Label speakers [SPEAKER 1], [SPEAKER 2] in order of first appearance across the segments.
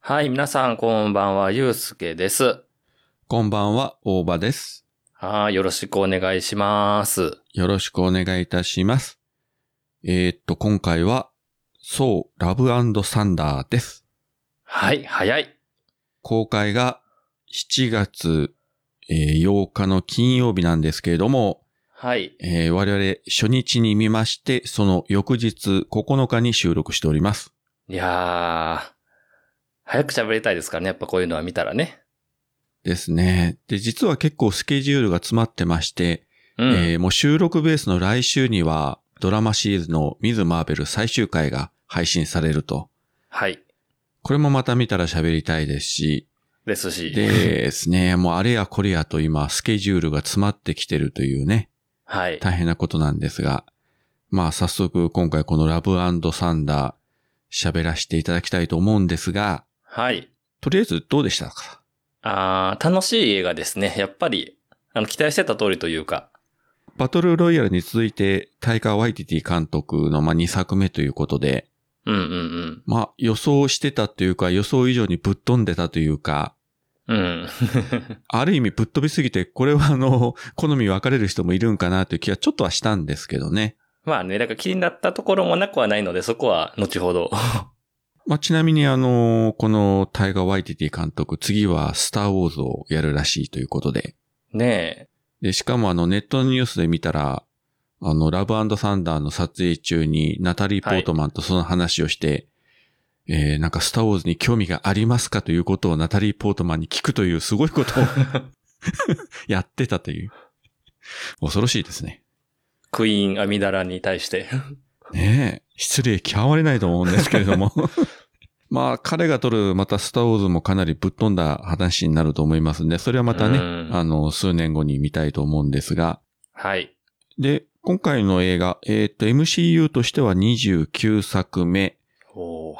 [SPEAKER 1] はい、皆さんこんばんは、ゆうすけです。
[SPEAKER 2] こんばんは、大場です。
[SPEAKER 1] はい、よろしくお願いします。
[SPEAKER 2] よろしくお願いいたします。えーっと、今回は、そう、ラブサンダーです。
[SPEAKER 1] はい、早い。
[SPEAKER 2] 公開が7月、えー8日の金曜日なんですけれども、
[SPEAKER 1] はい。
[SPEAKER 2] えー我々初日に見まして、その翌日9日に収録しております。
[SPEAKER 1] いやー、早く喋りたいですからね、やっぱこういうのは見たらね。
[SPEAKER 2] ですね。で、実は結構スケジュールが詰まってまして、
[SPEAKER 1] うん。
[SPEAKER 2] えーもう収録ベースの来週には、ドラマシリーズのミズ・マーベル最終回が配信されると。
[SPEAKER 1] はい。
[SPEAKER 2] これもまた見たら喋りたいですし、
[SPEAKER 1] ですし。
[SPEAKER 2] でですね、もうあれやこれやと今、スケジュールが詰まってきてるというね、
[SPEAKER 1] はい。
[SPEAKER 2] 大変なことなんですが、まあ早速今回このラブサンダー喋らせていただきたいと思うんですが、
[SPEAKER 1] はい。
[SPEAKER 2] とりあえずどうでしたか
[SPEAKER 1] あー、楽しい映画ですね。やっぱり、あの、期待してた通りというか。
[SPEAKER 2] バトルロイヤルに続いて、タイカー・ワイティティ監督のまあ2作目ということで、
[SPEAKER 1] うんうん
[SPEAKER 2] まあ予想してたというか予想以上にぶっ飛んでたというか、
[SPEAKER 1] うん。うん。
[SPEAKER 2] ある意味ぶっ飛びすぎて、これはあの、 好み分かれる人もいるんかなという気はちょっとはしたんですけどね。
[SPEAKER 1] まあね、だから気になったところもなくはないので、そこは後ほど。
[SPEAKER 2] まあ、ちなみにあの、このタイガー・ワイティティ監督、次はスター・ウォーズをやるらしいということで。
[SPEAKER 1] ね
[SPEAKER 2] で、しかもあの、ネットのニュースで見たら、あの、ラブサンダーの撮影中にナタリー・ポートマンとその話をして、えー、なんかスター・ウォーズに興味がありますかということをナタリー・ポートマンに聞くというすごいことを やってたという。恐ろしいですね。
[SPEAKER 1] え、クイーン・アミダラに対して。
[SPEAKER 2] ねえ、失礼極まれないと思うんですけれ ども。まあ、彼が撮る、またスターウォーズもかなりぶっ飛んだ話になると思いますんで、それはまた
[SPEAKER 1] う
[SPEAKER 2] ね、
[SPEAKER 1] ん
[SPEAKER 2] あの、数年後に見たいと思うんですが。
[SPEAKER 1] はい。
[SPEAKER 2] で、今回の映画、えーっと、MCU としては29作目。
[SPEAKER 1] おー。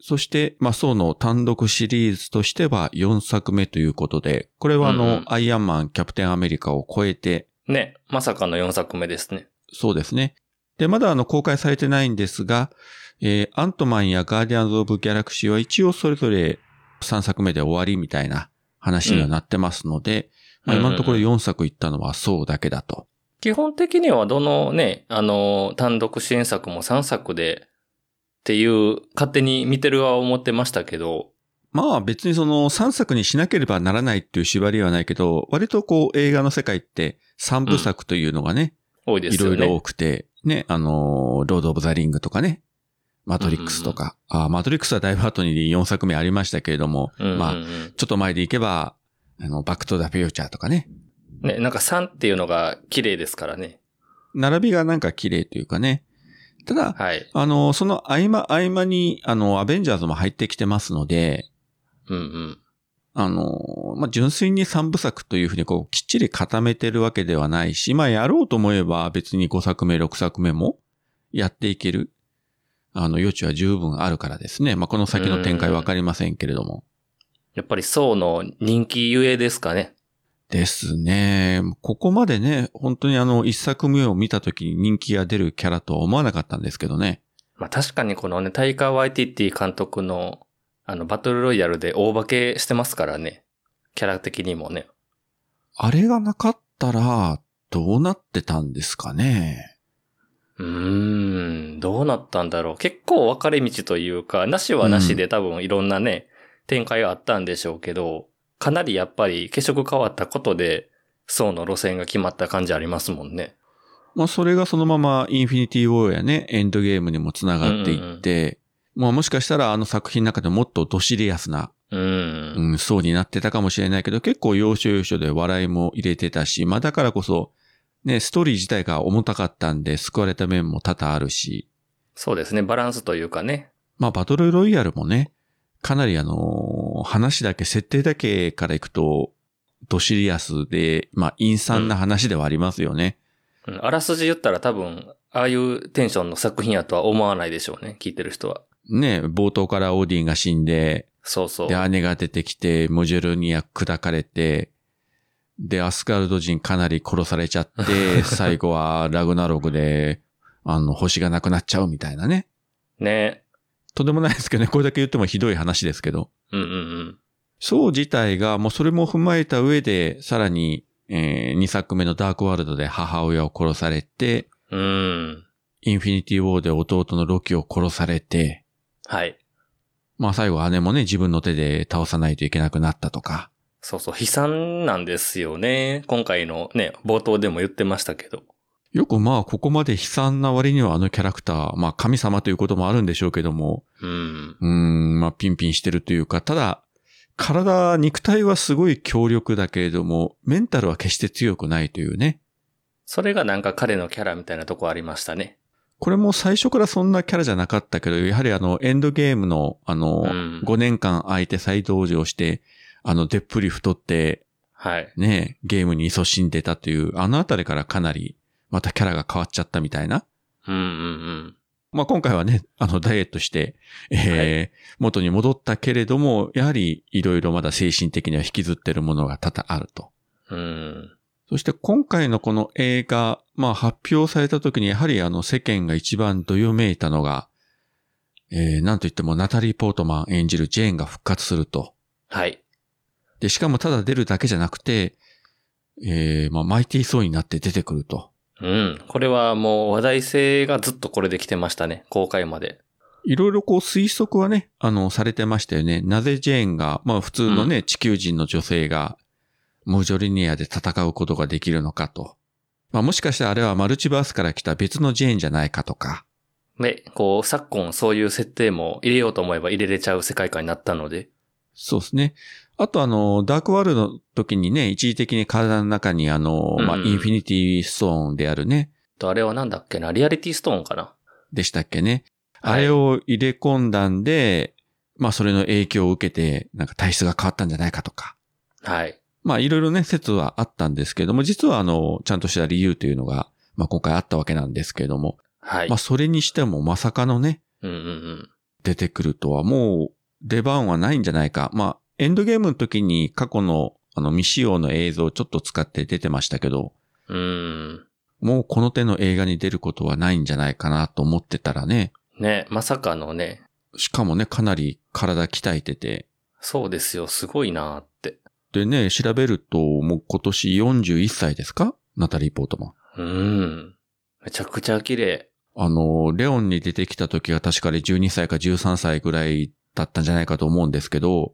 [SPEAKER 2] そして、まあ、そうの単独シリーズとしては4作目ということで、これはあの、
[SPEAKER 1] うんうん
[SPEAKER 2] アイアンマン、キャプテンアメリカを超えて、
[SPEAKER 1] ね、まさかの4作目ですね。
[SPEAKER 2] そうですね。で、まだあの公開されてないんですが、えーアントマンやガーディアンズ・オブ・ギャラクシーは一応それぞれ3作目で終わりみたいな話にはなってますので、まあ、今のところ
[SPEAKER 1] うん
[SPEAKER 2] 4作いったのはそうだけだと。
[SPEAKER 1] 基本的にはどのね、あの、単独支援作も3作で、っていう、勝手に見てる側は思ってましたけど、
[SPEAKER 2] まあ別にその3作にしなければならないっていう縛りはないけど、割とこう映画の世界って3部作というのがね、
[SPEAKER 1] 多いで
[SPEAKER 2] い
[SPEAKER 1] すよ
[SPEAKER 2] ろ
[SPEAKER 1] ね。
[SPEAKER 2] いろ多くて、ね、あのー、ロード・オブ・ザ・リングとかね、マトリックスとか、あーマトリックスはだいぶ後に4作目ありましたけれども、
[SPEAKER 1] うんうんうん
[SPEAKER 2] まあちょっと前で行けば、あの、バックトゥザフューチャーとかね。
[SPEAKER 1] ね、なんか3っていうのが綺麗ですからね。
[SPEAKER 2] 並びがなんか綺麗というかね。ただ、
[SPEAKER 1] はい。
[SPEAKER 2] あの、その合間合間に、あの、アベンジャーズも入ってきてますので、
[SPEAKER 1] うんうん。
[SPEAKER 2] あの、まあ、純粋に3部作というふうにこう、きっちり固めてるわけではないし、まあ、やろうと思えば別に5作目、6作目もやっていける、あの、余地は十分あるからですね。まあ、この先の展開わかりませんけれども。
[SPEAKER 1] やっぱり層の人気ゆえですかね。
[SPEAKER 2] ですね。ここまでね、本当にあの、一作目を見た時に人気が出るキャラとは思わなかったんですけどね。
[SPEAKER 1] まあ確かにこのね、タイカー・ワイティティ監督の、あの、バトルロイヤルで大化けしてますからね。キャラ的にもね。
[SPEAKER 2] あれがなかったら、どうなってたんですかね。
[SPEAKER 1] うーん、どうなったんだろう。結構分かれ道というか、なしはなしで多分いろんなね、展開はあったんでしょうけど、かなりやっぱり血色変わったことで、層の路線が決まった感じありますもんね。
[SPEAKER 2] まあ、それがそのままインフィニティウォーやね、エンドゲームにも繋がっていって、まあ、もしかしたらあの作品の中でもっとドシリアスな、
[SPEAKER 1] うーん。
[SPEAKER 2] うん、そうになってたかもしれないけど、結構要所要所で笑いも入れてたし、まあ、だからこそ、ね、ストーリー自体が重たかったんで救われた面も多々あるし、
[SPEAKER 1] そうですね、バランスというかね。
[SPEAKER 2] まあ、バトルロイヤルもね、かなりあのー話だけ、設定だけからいくと、ドシリアスで、まあ、陰惨な話ではありますよね。
[SPEAKER 1] うんあらすじ言ったら多分、ああいうテンションの作品やとは思わないでしょうね、聞いてる人は。
[SPEAKER 2] ね冒頭からオーディンが死んで、
[SPEAKER 1] そうそう。
[SPEAKER 2] で、姉が出てきて、モジュルニア砕かれて、で、アスガルド人かなり殺されちゃって、最後はラグナログで、あの、星がなくなっちゃうみたいなね。
[SPEAKER 1] ね。
[SPEAKER 2] とんでもないですけどね、これだけ言ってもひどい話ですけど、
[SPEAKER 1] うんうん
[SPEAKER 2] そう自体が、もうそれも踏まえた上で、さらに、え2作目のダークワールドで母親を殺されて、
[SPEAKER 1] うん。うん。
[SPEAKER 2] インフィニティウォーで弟のロキを殺されて、
[SPEAKER 1] はい。
[SPEAKER 2] まあ最後姉もね、自分の手で倒さないといけなくなったとか。
[SPEAKER 1] そうそう、悲惨なんですよね。今回のね、冒頭でも言ってましたけど。
[SPEAKER 2] よくまあここまで悲惨な割にはあのキャラクター、まあ神様ということもあるんでしょうけども、
[SPEAKER 1] うん。
[SPEAKER 2] うーん、まあピンピンしてるというか、ただ、体、肉体はすごい強力だけれども、メンタルは決して強くないというね。
[SPEAKER 1] それがなんか彼のキャラみたいなとこありましたね。
[SPEAKER 2] これも最初からそんなキャラじゃなかったけど、やはりあの、エンドゲームの、あの、
[SPEAKER 1] うん
[SPEAKER 2] 5年間空いて再登場して、あの、でっぷり太って、
[SPEAKER 1] はい。
[SPEAKER 2] ね、ゲームに勤しんでたという、あのあたりからかなり、またキャラが変わっちゃったみたいな。
[SPEAKER 1] うんうん
[SPEAKER 2] まあ、今回はね、あの、ダイエットして、えー元に戻ったけれども、やはり、いろいろまだ精神的には引きずってるものが多々あると。
[SPEAKER 1] うん。うん。
[SPEAKER 2] そして今回のこの映画、まあ発表された時にやはりあの世間が一番どよめいたのが、えー、なんといってもナタリー・ポートマン演じるジェーンが復活すると。
[SPEAKER 1] はい。
[SPEAKER 2] で、しかもただ出るだけじゃなくて、えー、まあマイティー・ソーになって出てくると。
[SPEAKER 1] うん。これはもう話題性がずっとこれで来てましたね。公開まで。
[SPEAKER 2] いろいろこう推測はね、あの、されてましたよね。なぜジェーンが、まあ普通のね、地球人の女性が、ムジョリニアで戦うことができるのかと。まあもしかしたらあれはマルチバースから来た別のジェーンじゃないかとか。
[SPEAKER 1] で、こう、昨今そういう設定も入れようと思えば入れれちゃう世界観になったので。
[SPEAKER 2] そうですね。あとあの、ダークワールドの時にね、一時的に体の中にあの、まあ、
[SPEAKER 1] うん
[SPEAKER 2] インフィニティストーンであるね、
[SPEAKER 1] と、あれはなんだっけなリアリティストーンかな
[SPEAKER 2] でしたっけね。
[SPEAKER 1] はい
[SPEAKER 2] あれを入れ込んだんで、まあ、それの影響を受けて、なんか体質が変わったんじゃないかとか。
[SPEAKER 1] はい。
[SPEAKER 2] まあ、いろいろね、説はあったんですけども、実はあの、ちゃんとした理由というのが、まあ、今回あったわけなんですけども、
[SPEAKER 1] はい。
[SPEAKER 2] まあ、それにしてもまさかのね、
[SPEAKER 1] うんうんうん。
[SPEAKER 2] 出てくるとはもう出番はないんじゃないか。まあ、エンドゲームの時に過去のあの未使用の映像をちょっと使って出てましたけど、
[SPEAKER 1] うーん。
[SPEAKER 2] もうこの手の映画に出ることはないんじゃないかなと思ってたらね、
[SPEAKER 1] ね、まさかのね、
[SPEAKER 2] しかもね、かなり体鍛えてて、
[SPEAKER 1] そうですよ、すごいなーって。
[SPEAKER 2] でね、調べるともう今年41歳ですかナタリー・ポートマン。
[SPEAKER 1] うーん。めちゃくちゃ綺麗。
[SPEAKER 2] あの、レオンに出てきた時は確かに12歳か13歳ぐらいだったんじゃないかと思うんですけど、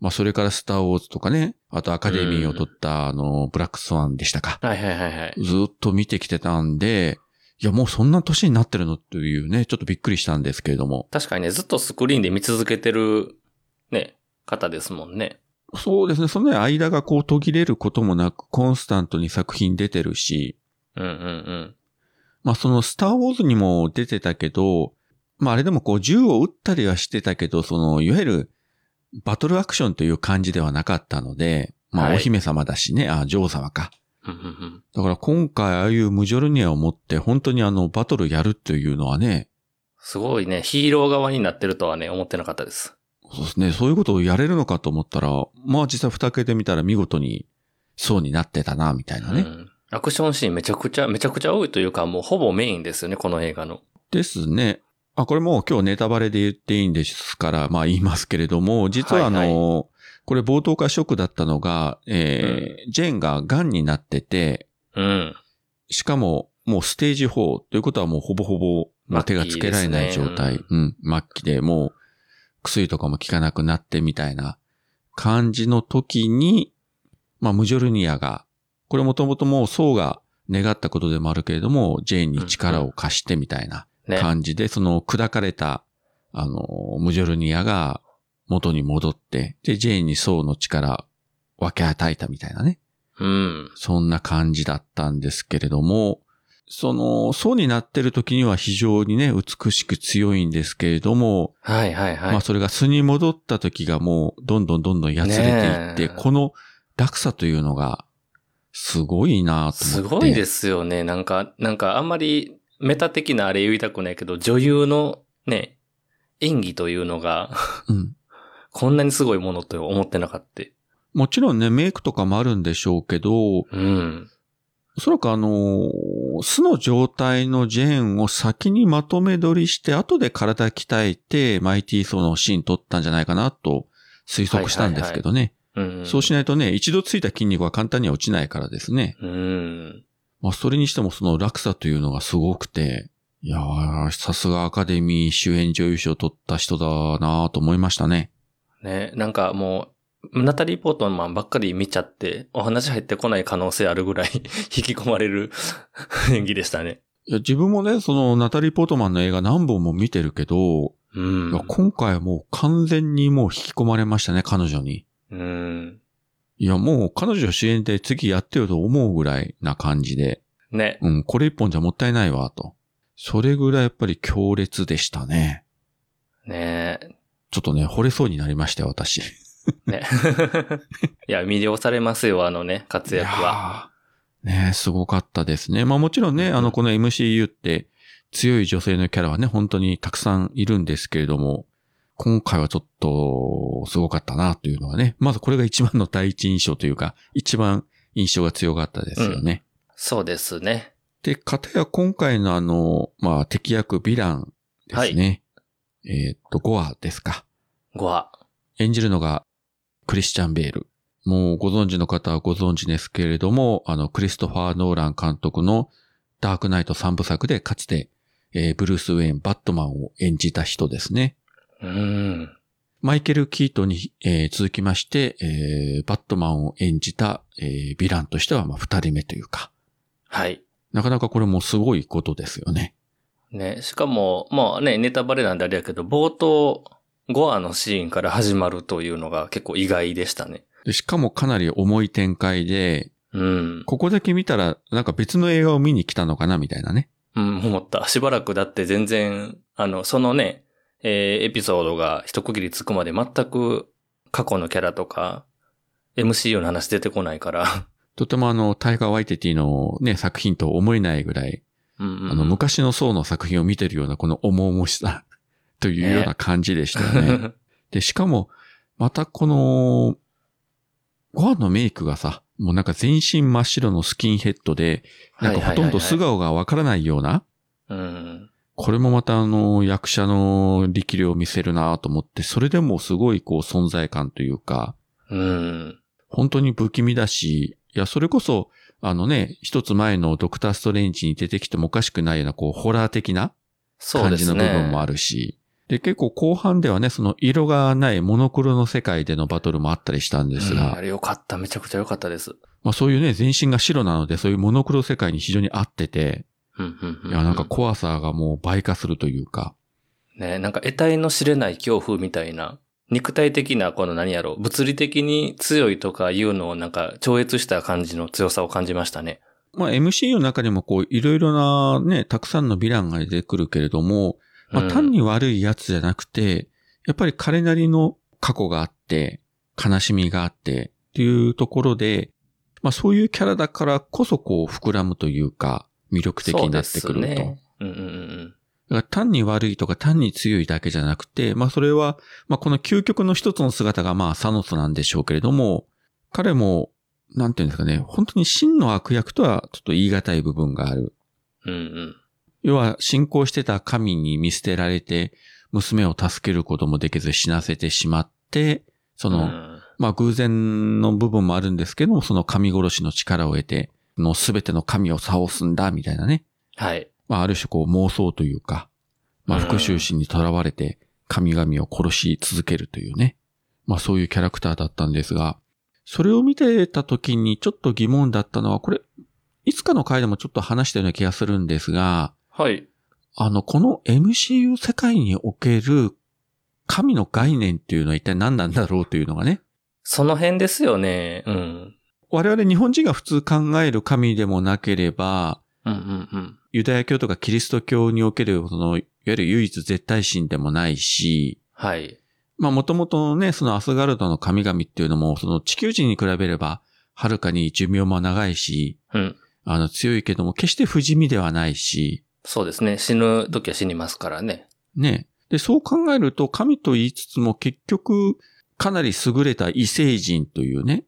[SPEAKER 2] まあそれからスターウォーズとかね、あとアカデミーを取ったあの、ブラックスワンでしたか。
[SPEAKER 1] はいはいはいはい。
[SPEAKER 2] ずっと見てきてたんで、いやもうそんな年になってるのっていうね、ちょっとびっくりしたんですけれども。
[SPEAKER 1] 確かにね、ずっとスクリーンで見続けてる、ね、方ですもんね。
[SPEAKER 2] そうですね、そのね間がこう途切れることもなく、コンスタントに作品出てるし、
[SPEAKER 1] うんうん
[SPEAKER 2] まあそのスターウォーズにも出てたけど、まああれでもこう銃を撃ったりはしてたけど、そのいわゆるバトルアクションという感じではなかったので、まあ
[SPEAKER 1] はい
[SPEAKER 2] お姫様だしね、あ、女王様か。
[SPEAKER 1] うん。うんうん
[SPEAKER 2] だから今回ああいうムジョルニアを持って本当にあのバトルやるというのはね、
[SPEAKER 1] すごいね、ヒーロー側になってるとはね、思ってなかったです。
[SPEAKER 2] そうですね。そういうことをやれるのかと思ったら、まあ実際蓋開けてみたら見事にそうになってたな、みたいな
[SPEAKER 1] う
[SPEAKER 2] ね。
[SPEAKER 1] ん。アクションシーンめちゃくちゃ、めちゃくちゃ多いというか、もうほぼメインですよね、この映画の。
[SPEAKER 2] ですね。あ、これもう今日ネタバレで言っていいんですから、まあ言いますけれども、実はあの、
[SPEAKER 1] はい
[SPEAKER 2] これ冒頭からショックだったのが、えージェーンが癌になってて、
[SPEAKER 1] うん。
[SPEAKER 2] しかももうステージ4ということはもうほぼほぼもう手がつけられない状態、
[SPEAKER 1] 末期ですね
[SPEAKER 2] うん、末期でもう薬とかも効かなくなってみたいな感じの時に、まあムジョルニアが、これもともともう層が願ったことでもあるけれども、ジェーンに力を貸してみたいな。
[SPEAKER 1] ね。
[SPEAKER 2] 感じで、その砕かれた、あの、ムジョルニアが元に戻って、で、ジェーンに層の力分け与えたみたいなね。
[SPEAKER 1] うん。
[SPEAKER 2] そんな感じだったんですけれども、その、層になってる時には非常にね、美しく強いんですけれども、
[SPEAKER 1] はいはいはい。
[SPEAKER 2] まあそれが素に戻った時がもう、どんどんどんどんやつれていって、
[SPEAKER 1] ねえ
[SPEAKER 2] この落差というのが、すごいなと思
[SPEAKER 1] す
[SPEAKER 2] って。。
[SPEAKER 1] ごいですすよね。なんか、なんかあんまりメタ的なあれ言いたくないけど、女優のね、演技というのが、
[SPEAKER 2] うん。
[SPEAKER 1] こんなにすごいものと思ってなかった。
[SPEAKER 2] もちろんね、メイクとかもあるんでしょうけど、
[SPEAKER 1] うん。
[SPEAKER 2] おそらくあのー素の状態のジェーンを先にまとめ取りして、後で体鍛えて、マイティーソーのシーン取ったんじゃないかなと推測したんですけどね。
[SPEAKER 1] うん。
[SPEAKER 2] そうしないとね、一度ついた筋肉は簡単には落ちないからですね。
[SPEAKER 1] うん。
[SPEAKER 2] まあ、それにしてもその落差というのがすごくて、いやー、さすがアカデミー主演女優賞を取った人だなーと思いましたね。
[SPEAKER 1] ね、なんかもう、ナタリー・ポートマンばっかり見ちゃって、お話入ってこない可能性あるぐらい 引き込まれる 演技でしたね。
[SPEAKER 2] いや、自分もね、その、ナタリー・ポートマンの映画何本も見てるけど、
[SPEAKER 1] う
[SPEAKER 2] いや
[SPEAKER 1] ん。
[SPEAKER 2] 今回はもう完全にもう引き込まれましたね、彼女に。
[SPEAKER 1] うん。
[SPEAKER 2] いや、もう彼女主演で次やってよと思うぐらいな感じで、
[SPEAKER 1] ね。
[SPEAKER 2] うん、これ一本じゃもったいないわ、と。それぐらいやっぱり強烈でしたね。
[SPEAKER 1] ねえ。
[SPEAKER 2] ちょっとね、惚れそうになりましたよ、私。
[SPEAKER 1] ね。 いや、魅了されますよ、あのね、活躍は。
[SPEAKER 2] いやー。ねえすごかったですね。まあもちろんね、あの、この MCU って強い女性のキャラはね、本当にたくさんいるんですけれども、今回はちょっと、すごかったなというのはね、まずこれが一番の第一印象というか、一番印象が強かったですよね。
[SPEAKER 1] そうですね。
[SPEAKER 2] で、かたや今回のあの、まあ敵役ヴィランですね。えーっと、ゴアですか。
[SPEAKER 1] ごは。
[SPEAKER 2] 演じるのがクリスチャン・ベール。もうご存知の方はご存知ですけれども、あの、クリストファー・ノーラン監督のダークナイト3部作でかつて、えーブルース・ウェイン、バットマンを演じた人ですね。
[SPEAKER 1] うん。
[SPEAKER 2] マイケル・キートンに、えー続きまして、えーバットマンを演じた、えーヴィランとしては、まあ、二人目というか、
[SPEAKER 1] はい。
[SPEAKER 2] なかなかこれもすごいことですよね。
[SPEAKER 1] ね。しかも、まあね、ネタバレなんであれやけど、冒頭、ゴアのシーンから始まるというのが結構意外でしたね。
[SPEAKER 2] でしかもかなり重い展開で、
[SPEAKER 1] うん。
[SPEAKER 2] ここだけ見たら、なんか別の映画を見に来たのかな、みたいなね。
[SPEAKER 1] うん、思った。しばらくだって全然、あの、そのね、えーエピソードが一区切りつくまで全く過去のキャラとか、MCU の話出てこない から。
[SPEAKER 2] とてもあの、タイガー・ワイテティのね、作品と思えないぐらい、
[SPEAKER 1] うん、うん。
[SPEAKER 2] あの、昔の層の作品を見てるような、この重々しさ、 というような感じでしたよね。 で、しかも、またこの、ご飯のメイクがさ、もうなんか全身真っ白のスキンヘッドで、なんかほとんど素
[SPEAKER 1] はい
[SPEAKER 2] 顔がわからないような、
[SPEAKER 1] はいはいはい。うん。
[SPEAKER 2] これもまたあの、役者の力量を見せるなと思って、それでもすごいこう存在感というか、
[SPEAKER 1] うん。
[SPEAKER 2] 本当に不気味だし、いや、それこそ、あのね、一つ前のドクターストレンジに出てきてもおかしくないような、こう、ホラー的な
[SPEAKER 1] そう
[SPEAKER 2] 感
[SPEAKER 1] で
[SPEAKER 2] じ
[SPEAKER 1] す
[SPEAKER 2] の
[SPEAKER 1] ね。
[SPEAKER 2] 部分もあるし、で、結構後半ではね、その色がないモノクロの世界でのバトルもあったりしたんです
[SPEAKER 1] うん
[SPEAKER 2] が、
[SPEAKER 1] あれよかった。めちゃくちゃよかったです。
[SPEAKER 2] まあそういうね、全身が白なので、そういうモノクロ世界に非常に合ってて、
[SPEAKER 1] うん、うん、うん。
[SPEAKER 2] いや、なんか怖さがもう倍化するというか、
[SPEAKER 1] ね、なんか得体の知れない恐怖みたいな、肉体的なこの何やろ、物理的に強いとかいうのをなんか超越した感じの強さを感じましたね。
[SPEAKER 2] まあ MCU の中にもこう、いろいろなね、たくさんのヴィランが出てくるけれども、ま
[SPEAKER 1] う
[SPEAKER 2] あ、
[SPEAKER 1] ん
[SPEAKER 2] 単に悪いやつじゃなくて、やっぱり彼なりの過去があって、悲しみがあって、っていうところで、まあそういうキャラだからこそこう膨らむというか、魅力的になってくると。
[SPEAKER 1] そうですね。うんうんうん
[SPEAKER 2] だから単に悪いとか単に強いだけじゃなくて、まあそれは、まあこの究極の一つの姿がまあサノスなんでしょうけれども、彼も、なんていうんですかね、本当に真の悪役とはちょっと言い難い部分がある。
[SPEAKER 1] うん。うんうん。
[SPEAKER 2] 要は信仰してた神に見捨てられて、娘を助けることもできず死なせてしまって、その、
[SPEAKER 1] うん
[SPEAKER 2] まあ偶然の部分もあるんですけども、その神殺しの力を得て、の全ての神を倒すんだ、みたいなね。
[SPEAKER 1] はい。
[SPEAKER 2] まあある種こう妄想というか、まあ
[SPEAKER 1] うん
[SPEAKER 2] 復讐心にとらわれて神々を殺し続けるというね。まあそういうキャラクターだったんですが、それを見てた時にちょっと疑問だったのは、これ、いつかの回でもちょっと話したような気がするんですが、
[SPEAKER 1] はい。
[SPEAKER 2] あの、この MCU 世界における神の概念っていうのは一体何なんだろうというのがね。
[SPEAKER 1] その辺ですよね。うん。
[SPEAKER 2] 我々日本人が普通考える神でもなければ、
[SPEAKER 1] うんうんうん。
[SPEAKER 2] ユダヤ教とかキリスト教における、その、いわゆる唯一絶対神でもないし、
[SPEAKER 1] はい。
[SPEAKER 2] まあもともとのね、そのアスガルドの神々っていうのも、その地球人に比べれば、はるかに寿命も長いし、
[SPEAKER 1] うん。
[SPEAKER 2] あの強いけども、決して不死身ではないし、
[SPEAKER 1] そうですね。死ぬ時は死にますからね。
[SPEAKER 2] ね。で、そう考えると、神と言いつつも結局、かなり優れた異星人というね、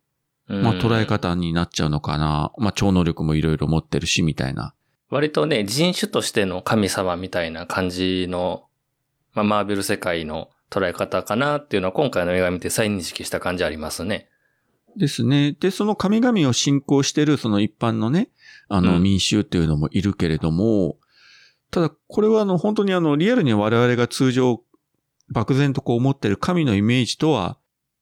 [SPEAKER 2] まあ捉え。方になっちゃうのかな。まあ超能力もいろいろ持ってるし、みたいな。
[SPEAKER 1] 割とね、人種としての神様みたいな感じの、まあ、マーベル世界の捉え方かなっていうのは今回の映画見て再認識した感じありますね。
[SPEAKER 2] ですね。で、その神々を信仰してるその一般のね、あ
[SPEAKER 1] う
[SPEAKER 2] の
[SPEAKER 1] ん
[SPEAKER 2] 民衆っていうのもいるけれども、ただこれはあの本当にあのリアルに我々が通常漠然とこう思ってる神のイメージとは、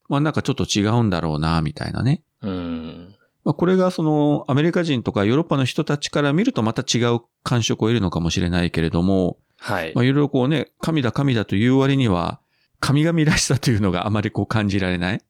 [SPEAKER 2] まあなんかちょっと違うんだろうな、みたいなね。
[SPEAKER 1] うん。
[SPEAKER 2] まあ、これがそのアメリカ人とかヨーロッパの人たちから見るとまた違う感触を得るのかもしれないけれども、
[SPEAKER 1] はい。
[SPEAKER 2] まあ、いろいろこうね、神だ神だという割には、神々らしさというのがあまりこう感じられない。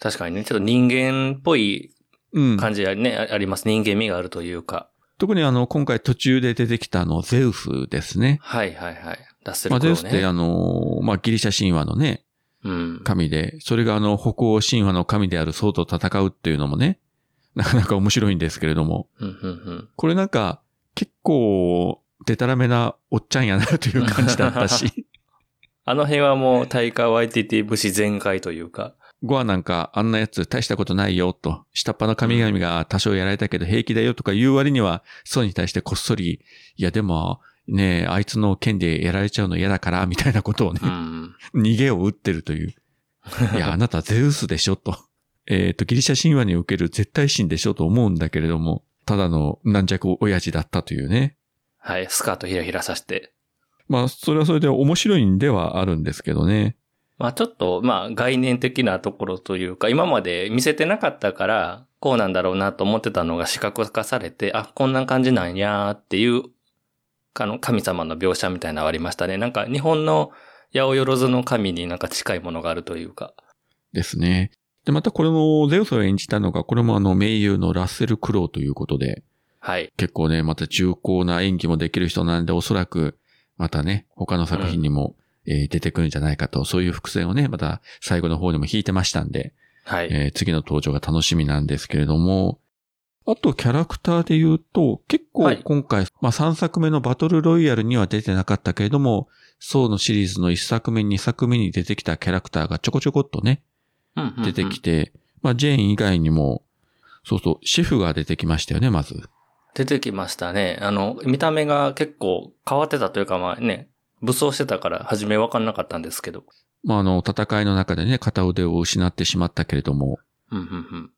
[SPEAKER 1] 確かにね、ちょっと人間っぽい
[SPEAKER 2] うん。
[SPEAKER 1] 感じがね、ああります。人間味があるというか。
[SPEAKER 2] 特にあの、今回途中で出てきたあの、ゼウスですね。
[SPEAKER 1] はいはいはい。出せる
[SPEAKER 2] まあ、
[SPEAKER 1] ク
[SPEAKER 2] ゼ
[SPEAKER 1] ロ
[SPEAKER 2] ウス
[SPEAKER 1] ね。
[SPEAKER 2] ってあの、まあ、ギリシャ神話のね、
[SPEAKER 1] うん。
[SPEAKER 2] 神で、それがあの、北欧神話の神である僧と戦うっていうのもね、 なかなか面白いんですけれども、
[SPEAKER 1] うんうん
[SPEAKER 2] これなんか、結構、でたらめなおっちゃんやなという感じだった し、
[SPEAKER 1] あの辺はもう大会 YTT 武士全開というか。
[SPEAKER 2] ゴアなんかあんなやつ大したことないよと、下っ端の神々が多少やられたけど平気だよとか言う割には、ソに対してこっそり、いやでも、ねえ、あいつの剣でやられちゃうの嫌だから、みたいなことをね
[SPEAKER 1] う、ん。
[SPEAKER 2] 逃げを打ってるという。いや、あなたゼウスでしょと。えっと、ギリシャ神話における絶対神でしょと思うんだけれども、ただの軟弱親父だったというね。
[SPEAKER 1] はい。スカートひらひらさして。
[SPEAKER 2] まあ、それはそれで面白いんではあるんですけどね。
[SPEAKER 1] まあちょっと、まあ概念的なところというか、今まで見せてなかったから、こうなんだろうなと思ってたのが視覚化されて、あ、こんな感じなんやーっていう、あの、神様の描写みたいなのはありましたね。なんか日本の八百万の神になんか近いものがあるというか。
[SPEAKER 2] ですね。で、またこれも、ゼウスを演じたのが、これもあの、名優のラッセル・クロウということで、
[SPEAKER 1] はい。
[SPEAKER 2] 結構ね、また重厚な演技もできる人なんで、おそらく、またね、他の作品にも、えー出てくるんじゃないかと、そういう伏線をね、また最後の方にも引いてましたんで、
[SPEAKER 1] はい。
[SPEAKER 2] えー次の登場が楽しみなんですけれども、あとキャラクターで言うと、結構
[SPEAKER 1] はい
[SPEAKER 2] 今回、まあ3作目のバトルロイヤルには出てなかったけれども、ソーのシリーズの1作目、2作目に出てきたキャラクターがちょこちょこっとね、
[SPEAKER 1] うんうんうん
[SPEAKER 2] 出てきて、まあジェーン以外にも、そうそう、シェフが出てきましたよね、まず。
[SPEAKER 1] 出てきましたね。あの、見た目が結構変わってたというか、まあね、武装してたから初め分かんなかったんですけど。
[SPEAKER 2] まああの、戦いの中でね、片腕を失ってしまったけれども、
[SPEAKER 1] うんうん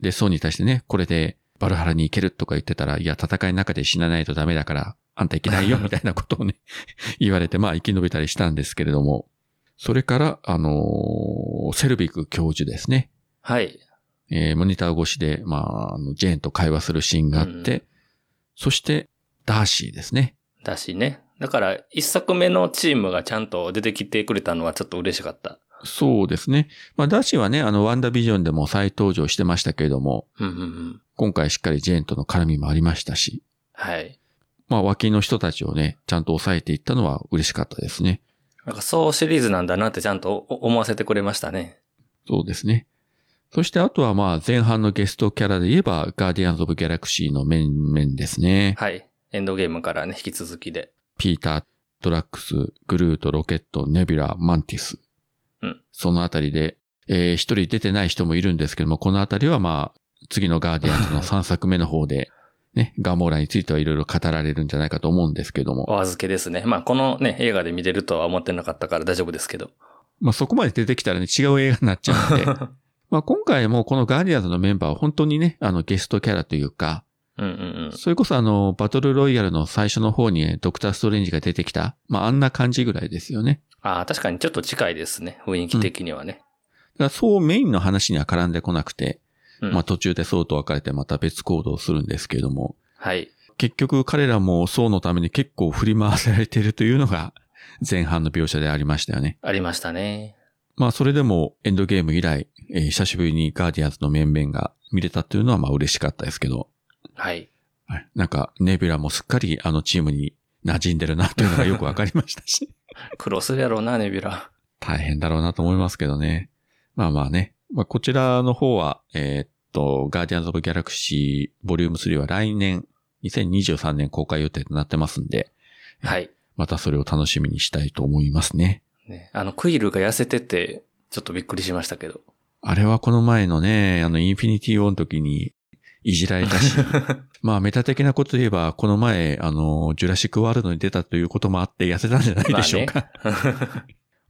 [SPEAKER 2] で、ソーに対してね、これでバルハラに行けるとか言ってたら、いや、戦いの中で死なないとダメだから、あんた行けな いよ、みたいなことをね、 言われて、まあ、生き延びたりしたんですけれども。それから、あのーセルビック教授ですね。
[SPEAKER 1] はい。
[SPEAKER 2] えーモニター越しで、まあ、あのジェーンと会話するシーンがあって、
[SPEAKER 1] うん
[SPEAKER 2] そして、ダーシーですね。
[SPEAKER 1] だしね。だから、一作目のチームがちゃんと出てきてくれたのはちょっと嬉しかった。
[SPEAKER 2] そうですね。まあ、ダーシーはね、あの、ワンダービジョンでも再登場してましたけれども、
[SPEAKER 1] うんうんうん。
[SPEAKER 2] 今回しっかりジェーンとの絡みもありましたし、
[SPEAKER 1] はい。
[SPEAKER 2] まあ、脇の人たちをね、ちゃんと抑えていったのは嬉しかったですね。
[SPEAKER 1] なんか、そうシリーズなんだなってちゃんとお思わせてくれましたね。
[SPEAKER 2] そうですね。そして、あとはまあ、前半のゲストキャラで言えば、ガーディアンズ・オブ・ギャラクシーの面々ですね。
[SPEAKER 1] はい。エンドゲームからね、引き続きで。
[SPEAKER 2] ピーター、ドラックス、グルート、ロケット、ネビュラ、マンティス。
[SPEAKER 1] うん
[SPEAKER 2] そのあたりで、えー一人出てない人もいるんですけども、このあたりはまあ、次のガーディアンズの3作目の方で、ね、ガモーラについてはいろいろ語られるんじゃないかと思うんですけども。
[SPEAKER 1] お預けですね。 まあ、このね、映画で見れるとは思ってなかったから大丈夫ですけど。
[SPEAKER 2] まあ、そこまで出てきたらね、違う映画になっちゃうんで。まあ、今回もこのガーディアンズのメンバーは本当にね、あのゲストキャラというか、
[SPEAKER 1] うんうんうん。
[SPEAKER 2] それこそあのバトルロイヤルの最初の方にドクターストレンジが出てきた、まああんな感じぐらいですよね。
[SPEAKER 1] ああ、確かにちょっと近いですね。雰囲気的にはね。
[SPEAKER 2] だからそうメインの話には絡んでこなくて、
[SPEAKER 1] うん
[SPEAKER 2] まあ途中でそうと別れてまた別行動するんですけれども、
[SPEAKER 1] はい。
[SPEAKER 2] 結局彼らもそうのために結構振り回されているというのが前半の描写でありましたよね。
[SPEAKER 1] ありましたね。
[SPEAKER 2] まあそれでもエンドゲーム以来、えー久しぶりにガーディアンズの面々が見れたというのはまあ嬉しかったですけど、
[SPEAKER 1] はい。
[SPEAKER 2] はい。なんか、ネビュラもすっかりあのチームに馴染んでるなというのがよくわかりましたし。
[SPEAKER 1] 苦労するやろうな、ネビュラ。
[SPEAKER 2] 大変だろうなと思いますけどね。まあまあね。まあこちらの方は、えーっと、ガーディアンズ・オブ・ギャラクシーボリューム3は来年、2023年公開予定となってますんで、
[SPEAKER 1] はい。
[SPEAKER 2] またそれを楽しみにしたいと思いますね。
[SPEAKER 1] ね、あの、クイルが痩せてて、ちょっとびっくりしましたけど。
[SPEAKER 2] あれはこの前のね、あの、インフィニティオンの時にいじられた し、まあ、メタ的なこと言えば、この前、あの、ジュラシックワールドに出たということもあって痩せたんじゃないでしょうか。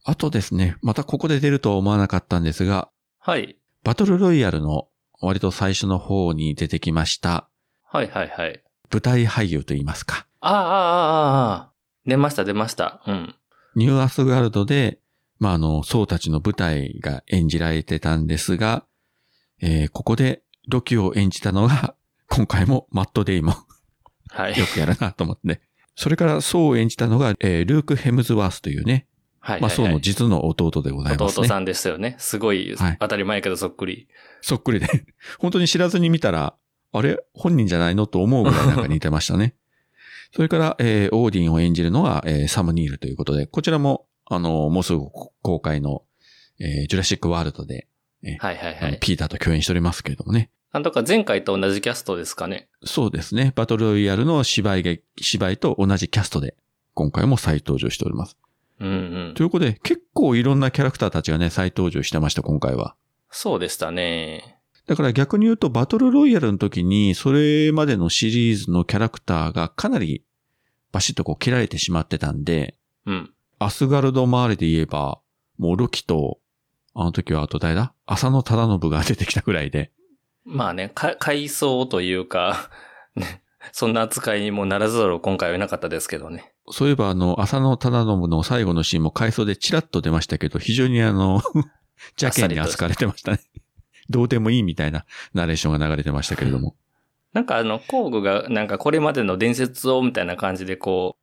[SPEAKER 2] あとですね、またここで出るとは思わなかったんですが、
[SPEAKER 1] はい。
[SPEAKER 2] バトルロイヤルの割と最初の方に出てきました、
[SPEAKER 1] はいはいはい。
[SPEAKER 2] 舞台俳優と言いますか。
[SPEAKER 1] ああ、ああ、ああ。出ました出ました。うん。
[SPEAKER 2] ニューアスガルドで、まあ、あの、僧たちの舞台が演じられてたんですが、えーここでロキを演じたのが、 今回もマット・デイモン。
[SPEAKER 1] はい。
[SPEAKER 2] よくやるなと思ってね。それから僧を演じたのが、えールーク・ヘムズワースというね、
[SPEAKER 1] はいはいはい。
[SPEAKER 2] まあ、僧の実の弟でございます
[SPEAKER 1] 弟
[SPEAKER 2] ね。
[SPEAKER 1] さんですよね。すごい
[SPEAKER 2] はい、
[SPEAKER 1] 当たり前やけどそっくり。
[SPEAKER 2] そっくりで。 本当に知らずに見たら、あれ本人じゃないのと思うぐらいなんか似てましたね。それから、えーオーディンを演じるのが、えーサム・ニールということで、こちらも、あのもうすぐ公開の、えージュラシック・ワールドで、
[SPEAKER 1] はいはい
[SPEAKER 2] あ
[SPEAKER 1] は
[SPEAKER 2] の
[SPEAKER 1] い。
[SPEAKER 2] ピーターと共演しておりますけれどもね。
[SPEAKER 1] なんとか前回と同じキャストですかね。
[SPEAKER 2] そうですね。バトルロイヤルの芝居劇、芝居と同じキャストで、今回も再登場しております。
[SPEAKER 1] うんうん
[SPEAKER 2] と。いうことで、結構いろんなキャラクターたちがね、再登場してました、今回は。
[SPEAKER 1] そうでしたね。
[SPEAKER 2] だから逆に言うと、バトルロイヤルの時に、それまでのシリーズのキャラクターがかなりバシッとこう切られてしまってたんで、
[SPEAKER 1] うん。
[SPEAKER 2] アスガルド周りで言えば、もうロキと、あの時はあと誰だ浅野忠信が出てきたぐらいで。
[SPEAKER 1] まあね、か、回想というか、 ね、そんな扱いにもならざるを今回はいなかったですけどね。
[SPEAKER 2] そういえばあの、浅野忠信の最後のシーンも回想でチラッと出ましたけど、非常にあの、邪険に扱われてましたね。どうでもいいみたいなナレーションが流れてましたけれども。
[SPEAKER 1] なんかあの、工具がなんかこれまでの伝説をみたいな感じでこう、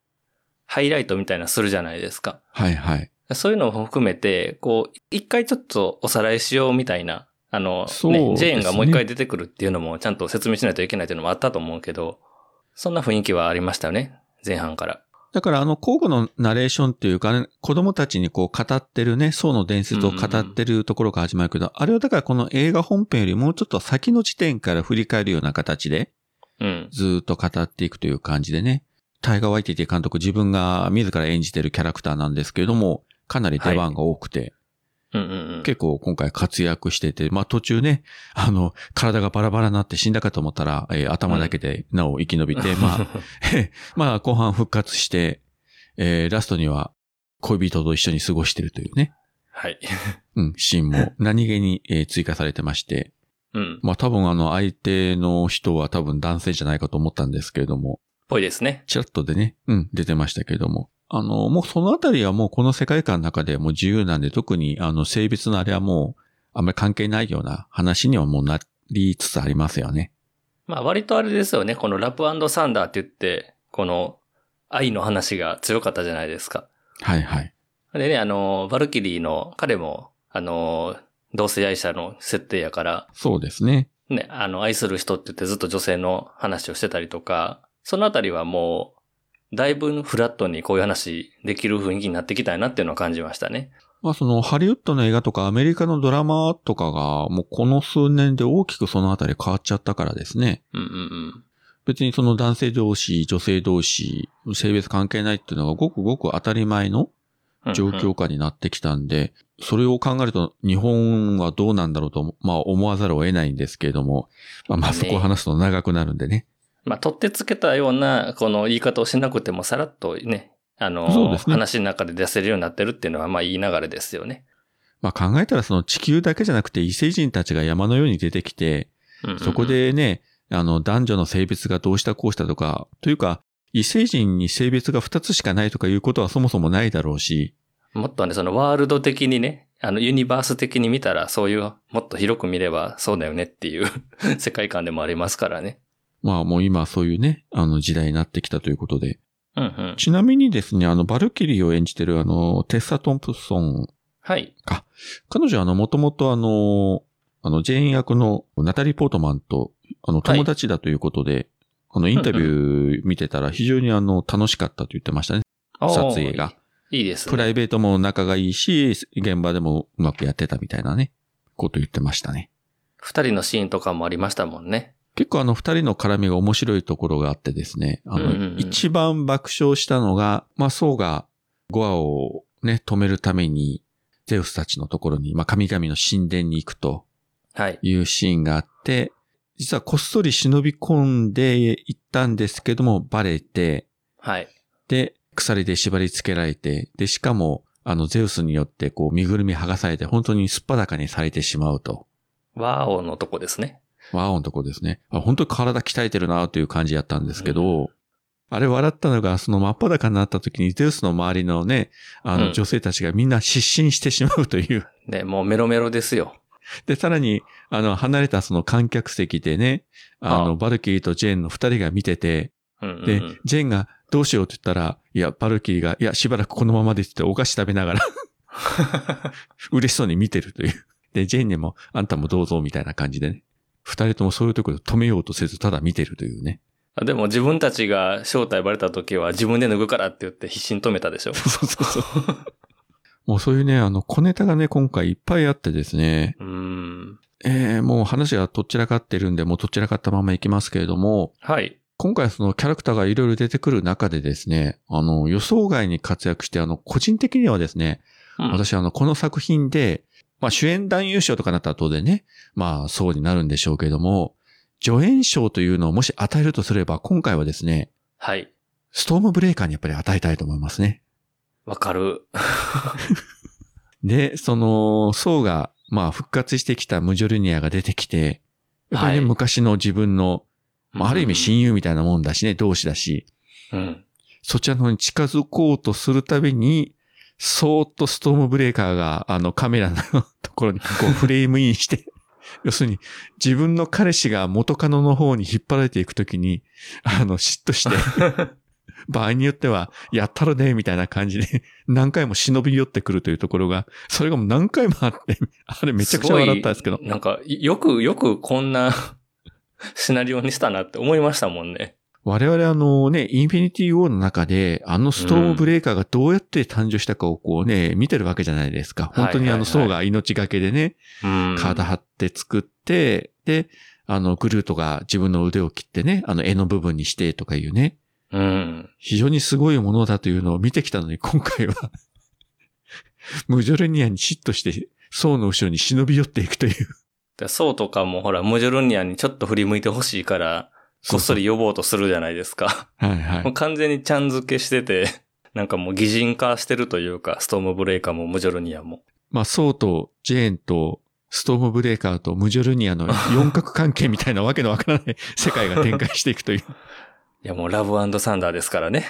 [SPEAKER 1] ハイライトみたいなのするじゃないですか。
[SPEAKER 2] はいはい。
[SPEAKER 1] そういうのも含めて、こう、一回ちょっとおさらいしようみたいな、あの、
[SPEAKER 2] そう
[SPEAKER 1] ね、ジェーン
[SPEAKER 2] です
[SPEAKER 1] が
[SPEAKER 2] ね
[SPEAKER 1] もう一回出てくるっていうのもちゃんと説明しないといけないっていうのもあったと思うけど、そんな雰囲気はありましたよね。前半から。
[SPEAKER 2] だからあの、交互のナレーションっていうか、ね、子供たちにこう語ってるね、層の伝説を語ってるところが始まるけど、あれはだからこの映画本編よりもうちょっと先の時点から振り返るような形で、
[SPEAKER 1] うん。
[SPEAKER 2] ずーっと語っていくという感じでね、タイガー・ワイティティ監督自分が自ら演じてるキャラクターなんですけれども、かなり出番が多くて、
[SPEAKER 1] うんうんうん。
[SPEAKER 2] 結構今回活躍してて、まあ途中ね、あの、体がバラバラになって死んだかと思ったら、えー頭だけでなお生き延びて、まあ、 まあ後半復活して、えーラストには恋人と一緒に過ごしてるというね、
[SPEAKER 1] はい。
[SPEAKER 2] うん、シーンも何気に、えー追加されてまして、
[SPEAKER 1] うん。
[SPEAKER 2] まあ多分あの相手の人は多分男性じゃないかと思ったんですけれども、
[SPEAKER 1] ぽいですね。
[SPEAKER 2] チラッとでね、うん、出てましたけれども、あの、もうそのあたりはもうこの世界観の中でもう自由なんで特にあの性別のあれはもうあんまり関係ないような話にはもうなりつつありますよね。
[SPEAKER 1] まあ割とあれですよね。このラップサンダーって言って、この愛の話が強かったじゃないですか。
[SPEAKER 2] はいはい。
[SPEAKER 1] でね、あの、バルキリーの彼も、あの、同性愛者の設定やから、
[SPEAKER 2] そうですね。
[SPEAKER 1] ね、あの、愛する人って言ってずっと女性の話をしてたりとか、そのあたりはもう、だいぶフラットにこういう話できる雰囲気になってきたいなっていうのは感じましたね。
[SPEAKER 2] まあそのハリウッドの映画とかアメリカのドラマとかがもうこの数年で大きくそのあたり変わっちゃったからですね。
[SPEAKER 1] うんうん
[SPEAKER 2] 別にその男性同士、女性同士、性別関係ないっていうのがごくごく当たり前の
[SPEAKER 1] うん。
[SPEAKER 2] 状況下になってきたんで、それを考えると日本はどうなんだろうと、まあ思わざるを得ないんですけれども、まあまあ
[SPEAKER 1] ね
[SPEAKER 2] そこを話すと長くなるんでね。
[SPEAKER 1] まあ、取ってつけたような、この言い方をしなくてもさらっとね、あの、
[SPEAKER 2] そうですね
[SPEAKER 1] 話の中で出せるようになってるっていうのは、まあ、いい流れですよね。
[SPEAKER 2] まあ考えたらその地球だけじゃなくて異星人たちが山のように出てきて、
[SPEAKER 1] うんうんうん
[SPEAKER 2] そこ、でね、あの男女の性別がどうしたこうしたとか、というか異星人に性別が2つしかないとかいうことはそもそもないだろうし、
[SPEAKER 1] もっとね、そのワールド的にね、あの、ユニバース的に見たら、そういう、もっと広く見ればそうだよねっていう 世界観でもありますからね。
[SPEAKER 2] まあもう今そういうね、あの時代になってきたということで。
[SPEAKER 1] うんうん。
[SPEAKER 2] ちなみにですね、あのバルキリーを演じてるあのテッサ・トンプソン
[SPEAKER 1] はい。
[SPEAKER 2] 彼女はあの、もともとあの、あの、ジェーン役のナタリー・ポートマンと、あの、友達だということで、あの、インタビュー見てたら非常にあの、楽しかったと言ってましたね。撮影が。
[SPEAKER 1] おー。いいいですね。
[SPEAKER 2] プライベートも仲がいいし、現場でもうまくやってたみたいなね、こと言ってましたね。
[SPEAKER 1] 二人のシーンとかもありましたもんね。
[SPEAKER 2] 結構あの二人の絡みが面白いところがあってですね、あの、
[SPEAKER 1] うんうんうん
[SPEAKER 2] 一番爆笑したのが、まあ、そうが、ゴアをね、止めるために、ゼウスたちのところに、まあ、神々の神殿に行くと
[SPEAKER 1] はい。
[SPEAKER 2] いうシーンがあって、実はこっそり忍び込んで行ったんですけども、バレて、
[SPEAKER 1] はい。
[SPEAKER 2] で、鎖で縛り付けられて、で、しかも、あの、ゼウスによって、こう、身ぐるみ剥がされて、本当にすっぱだかにされてしまうと。
[SPEAKER 1] ワーオのとこですね。
[SPEAKER 2] ワーオのとこですね。あ本当に体鍛えてるなという感じやったんですけど、あれ笑ったのが、その真っ裸になった時に、ゼウスの周りのね、あ
[SPEAKER 1] う
[SPEAKER 2] の
[SPEAKER 1] ん
[SPEAKER 2] 女性たちがみんな失神してしまうという。
[SPEAKER 1] ね、もうメロメロですよ。
[SPEAKER 2] で、さらに、あの、離れたその観客席でね、あ
[SPEAKER 1] あ
[SPEAKER 2] の、バルキリーとジェーンの二人が見てて、
[SPEAKER 1] うんうんうん、
[SPEAKER 2] で、ジェーンがどうしようって言ったら、いや、バルキリーが、いや、しばらくこのままでって言ってお菓子食べながら嬉しそうに見てるという。 で、ジェーンにも、あんたもどうぞみたいな感じでね。二人ともそういうところで止めようとせず、ただ見てるというね。
[SPEAKER 1] あでも自分たちが正体バレた時は自分で脱ぐからって言って必死に止めたでしょ。
[SPEAKER 2] そうそうそう。もうそういうね、あの、小ネタがね、今回いっぱいあってですね。
[SPEAKER 1] うーん。
[SPEAKER 2] えー、もう話がとっちらかってるんで、もうとっちらかったままいきますけれども、
[SPEAKER 1] はい。
[SPEAKER 2] 今回そのキャラクターがいろいろ出てくる中でですね、あの、予想外に活躍して、あの、個人的にはですね、
[SPEAKER 1] うん、
[SPEAKER 2] 私あの、この作品で、まあ主演男優賞とかなったら当然ね、まあそうになるんでしょうけれども、助演賞というのをもし与えるとすれば、今回はですね、
[SPEAKER 1] はい。
[SPEAKER 2] ストームブレーカーにやっぱり与えたいと思いますね。
[SPEAKER 1] わかる。
[SPEAKER 2] で、その、層が、まあ復活してきたムジョルニアが出てきて、やっぱりね、
[SPEAKER 1] はい
[SPEAKER 2] 昔の自分の、まあある意味親友みたいなもんだしね、同志だし、
[SPEAKER 1] うん。
[SPEAKER 2] そちらの方に近づこうとするたびに、そーっとストームブレーカーが、あのカメラのところにこうフレームインして、 要するに自分の彼氏が元カノの方に引っ張られていくときに、あの嫉妬して、 場合によっては、やったるね、みたいな感じで、何回も忍び寄ってくるというところが、それがもう何回もあって、あれめちゃくちゃ笑ったんですけど
[SPEAKER 1] ごい。なんか、よく、よくこんな シナリオにしたなって思いましたもんね。
[SPEAKER 2] 我々あのね、インフィニティウォーの中で、あのストームブレーカーがどうやって誕生したかをこうね、見てるわけじゃないですか。本当
[SPEAKER 1] はい
[SPEAKER 2] にあの、
[SPEAKER 1] はいは
[SPEAKER 2] 層
[SPEAKER 1] い
[SPEAKER 2] が命がけでね、
[SPEAKER 1] うん。
[SPEAKER 2] 体張って作って、で、あの、グルートが自分の腕を切ってね、あの、絵の部分にしてとかいうね、
[SPEAKER 1] うん。
[SPEAKER 2] 非常にすごいものだというのを見てきたのに、今 回は、ムジョルニアに嫉妬して、層の後ろに忍び寄っていくという。
[SPEAKER 1] でそうとかもほら、ムジョルニアにちょっと振り向いてほしいから、こっそり呼ぼうとするじゃないですか。
[SPEAKER 2] そうそう。はいは
[SPEAKER 1] もう
[SPEAKER 2] い。
[SPEAKER 1] 完全にちゃん付けしてて、なんかもう擬人化してるというか、ストームブレイカーもムジョルニアも。
[SPEAKER 2] まあ、層とジェーンと、ストームブレーカーとムジョルニ アの四角関係みたいなわけのわからない世界が展開していくという。
[SPEAKER 1] いやもうラブサンダーですからね。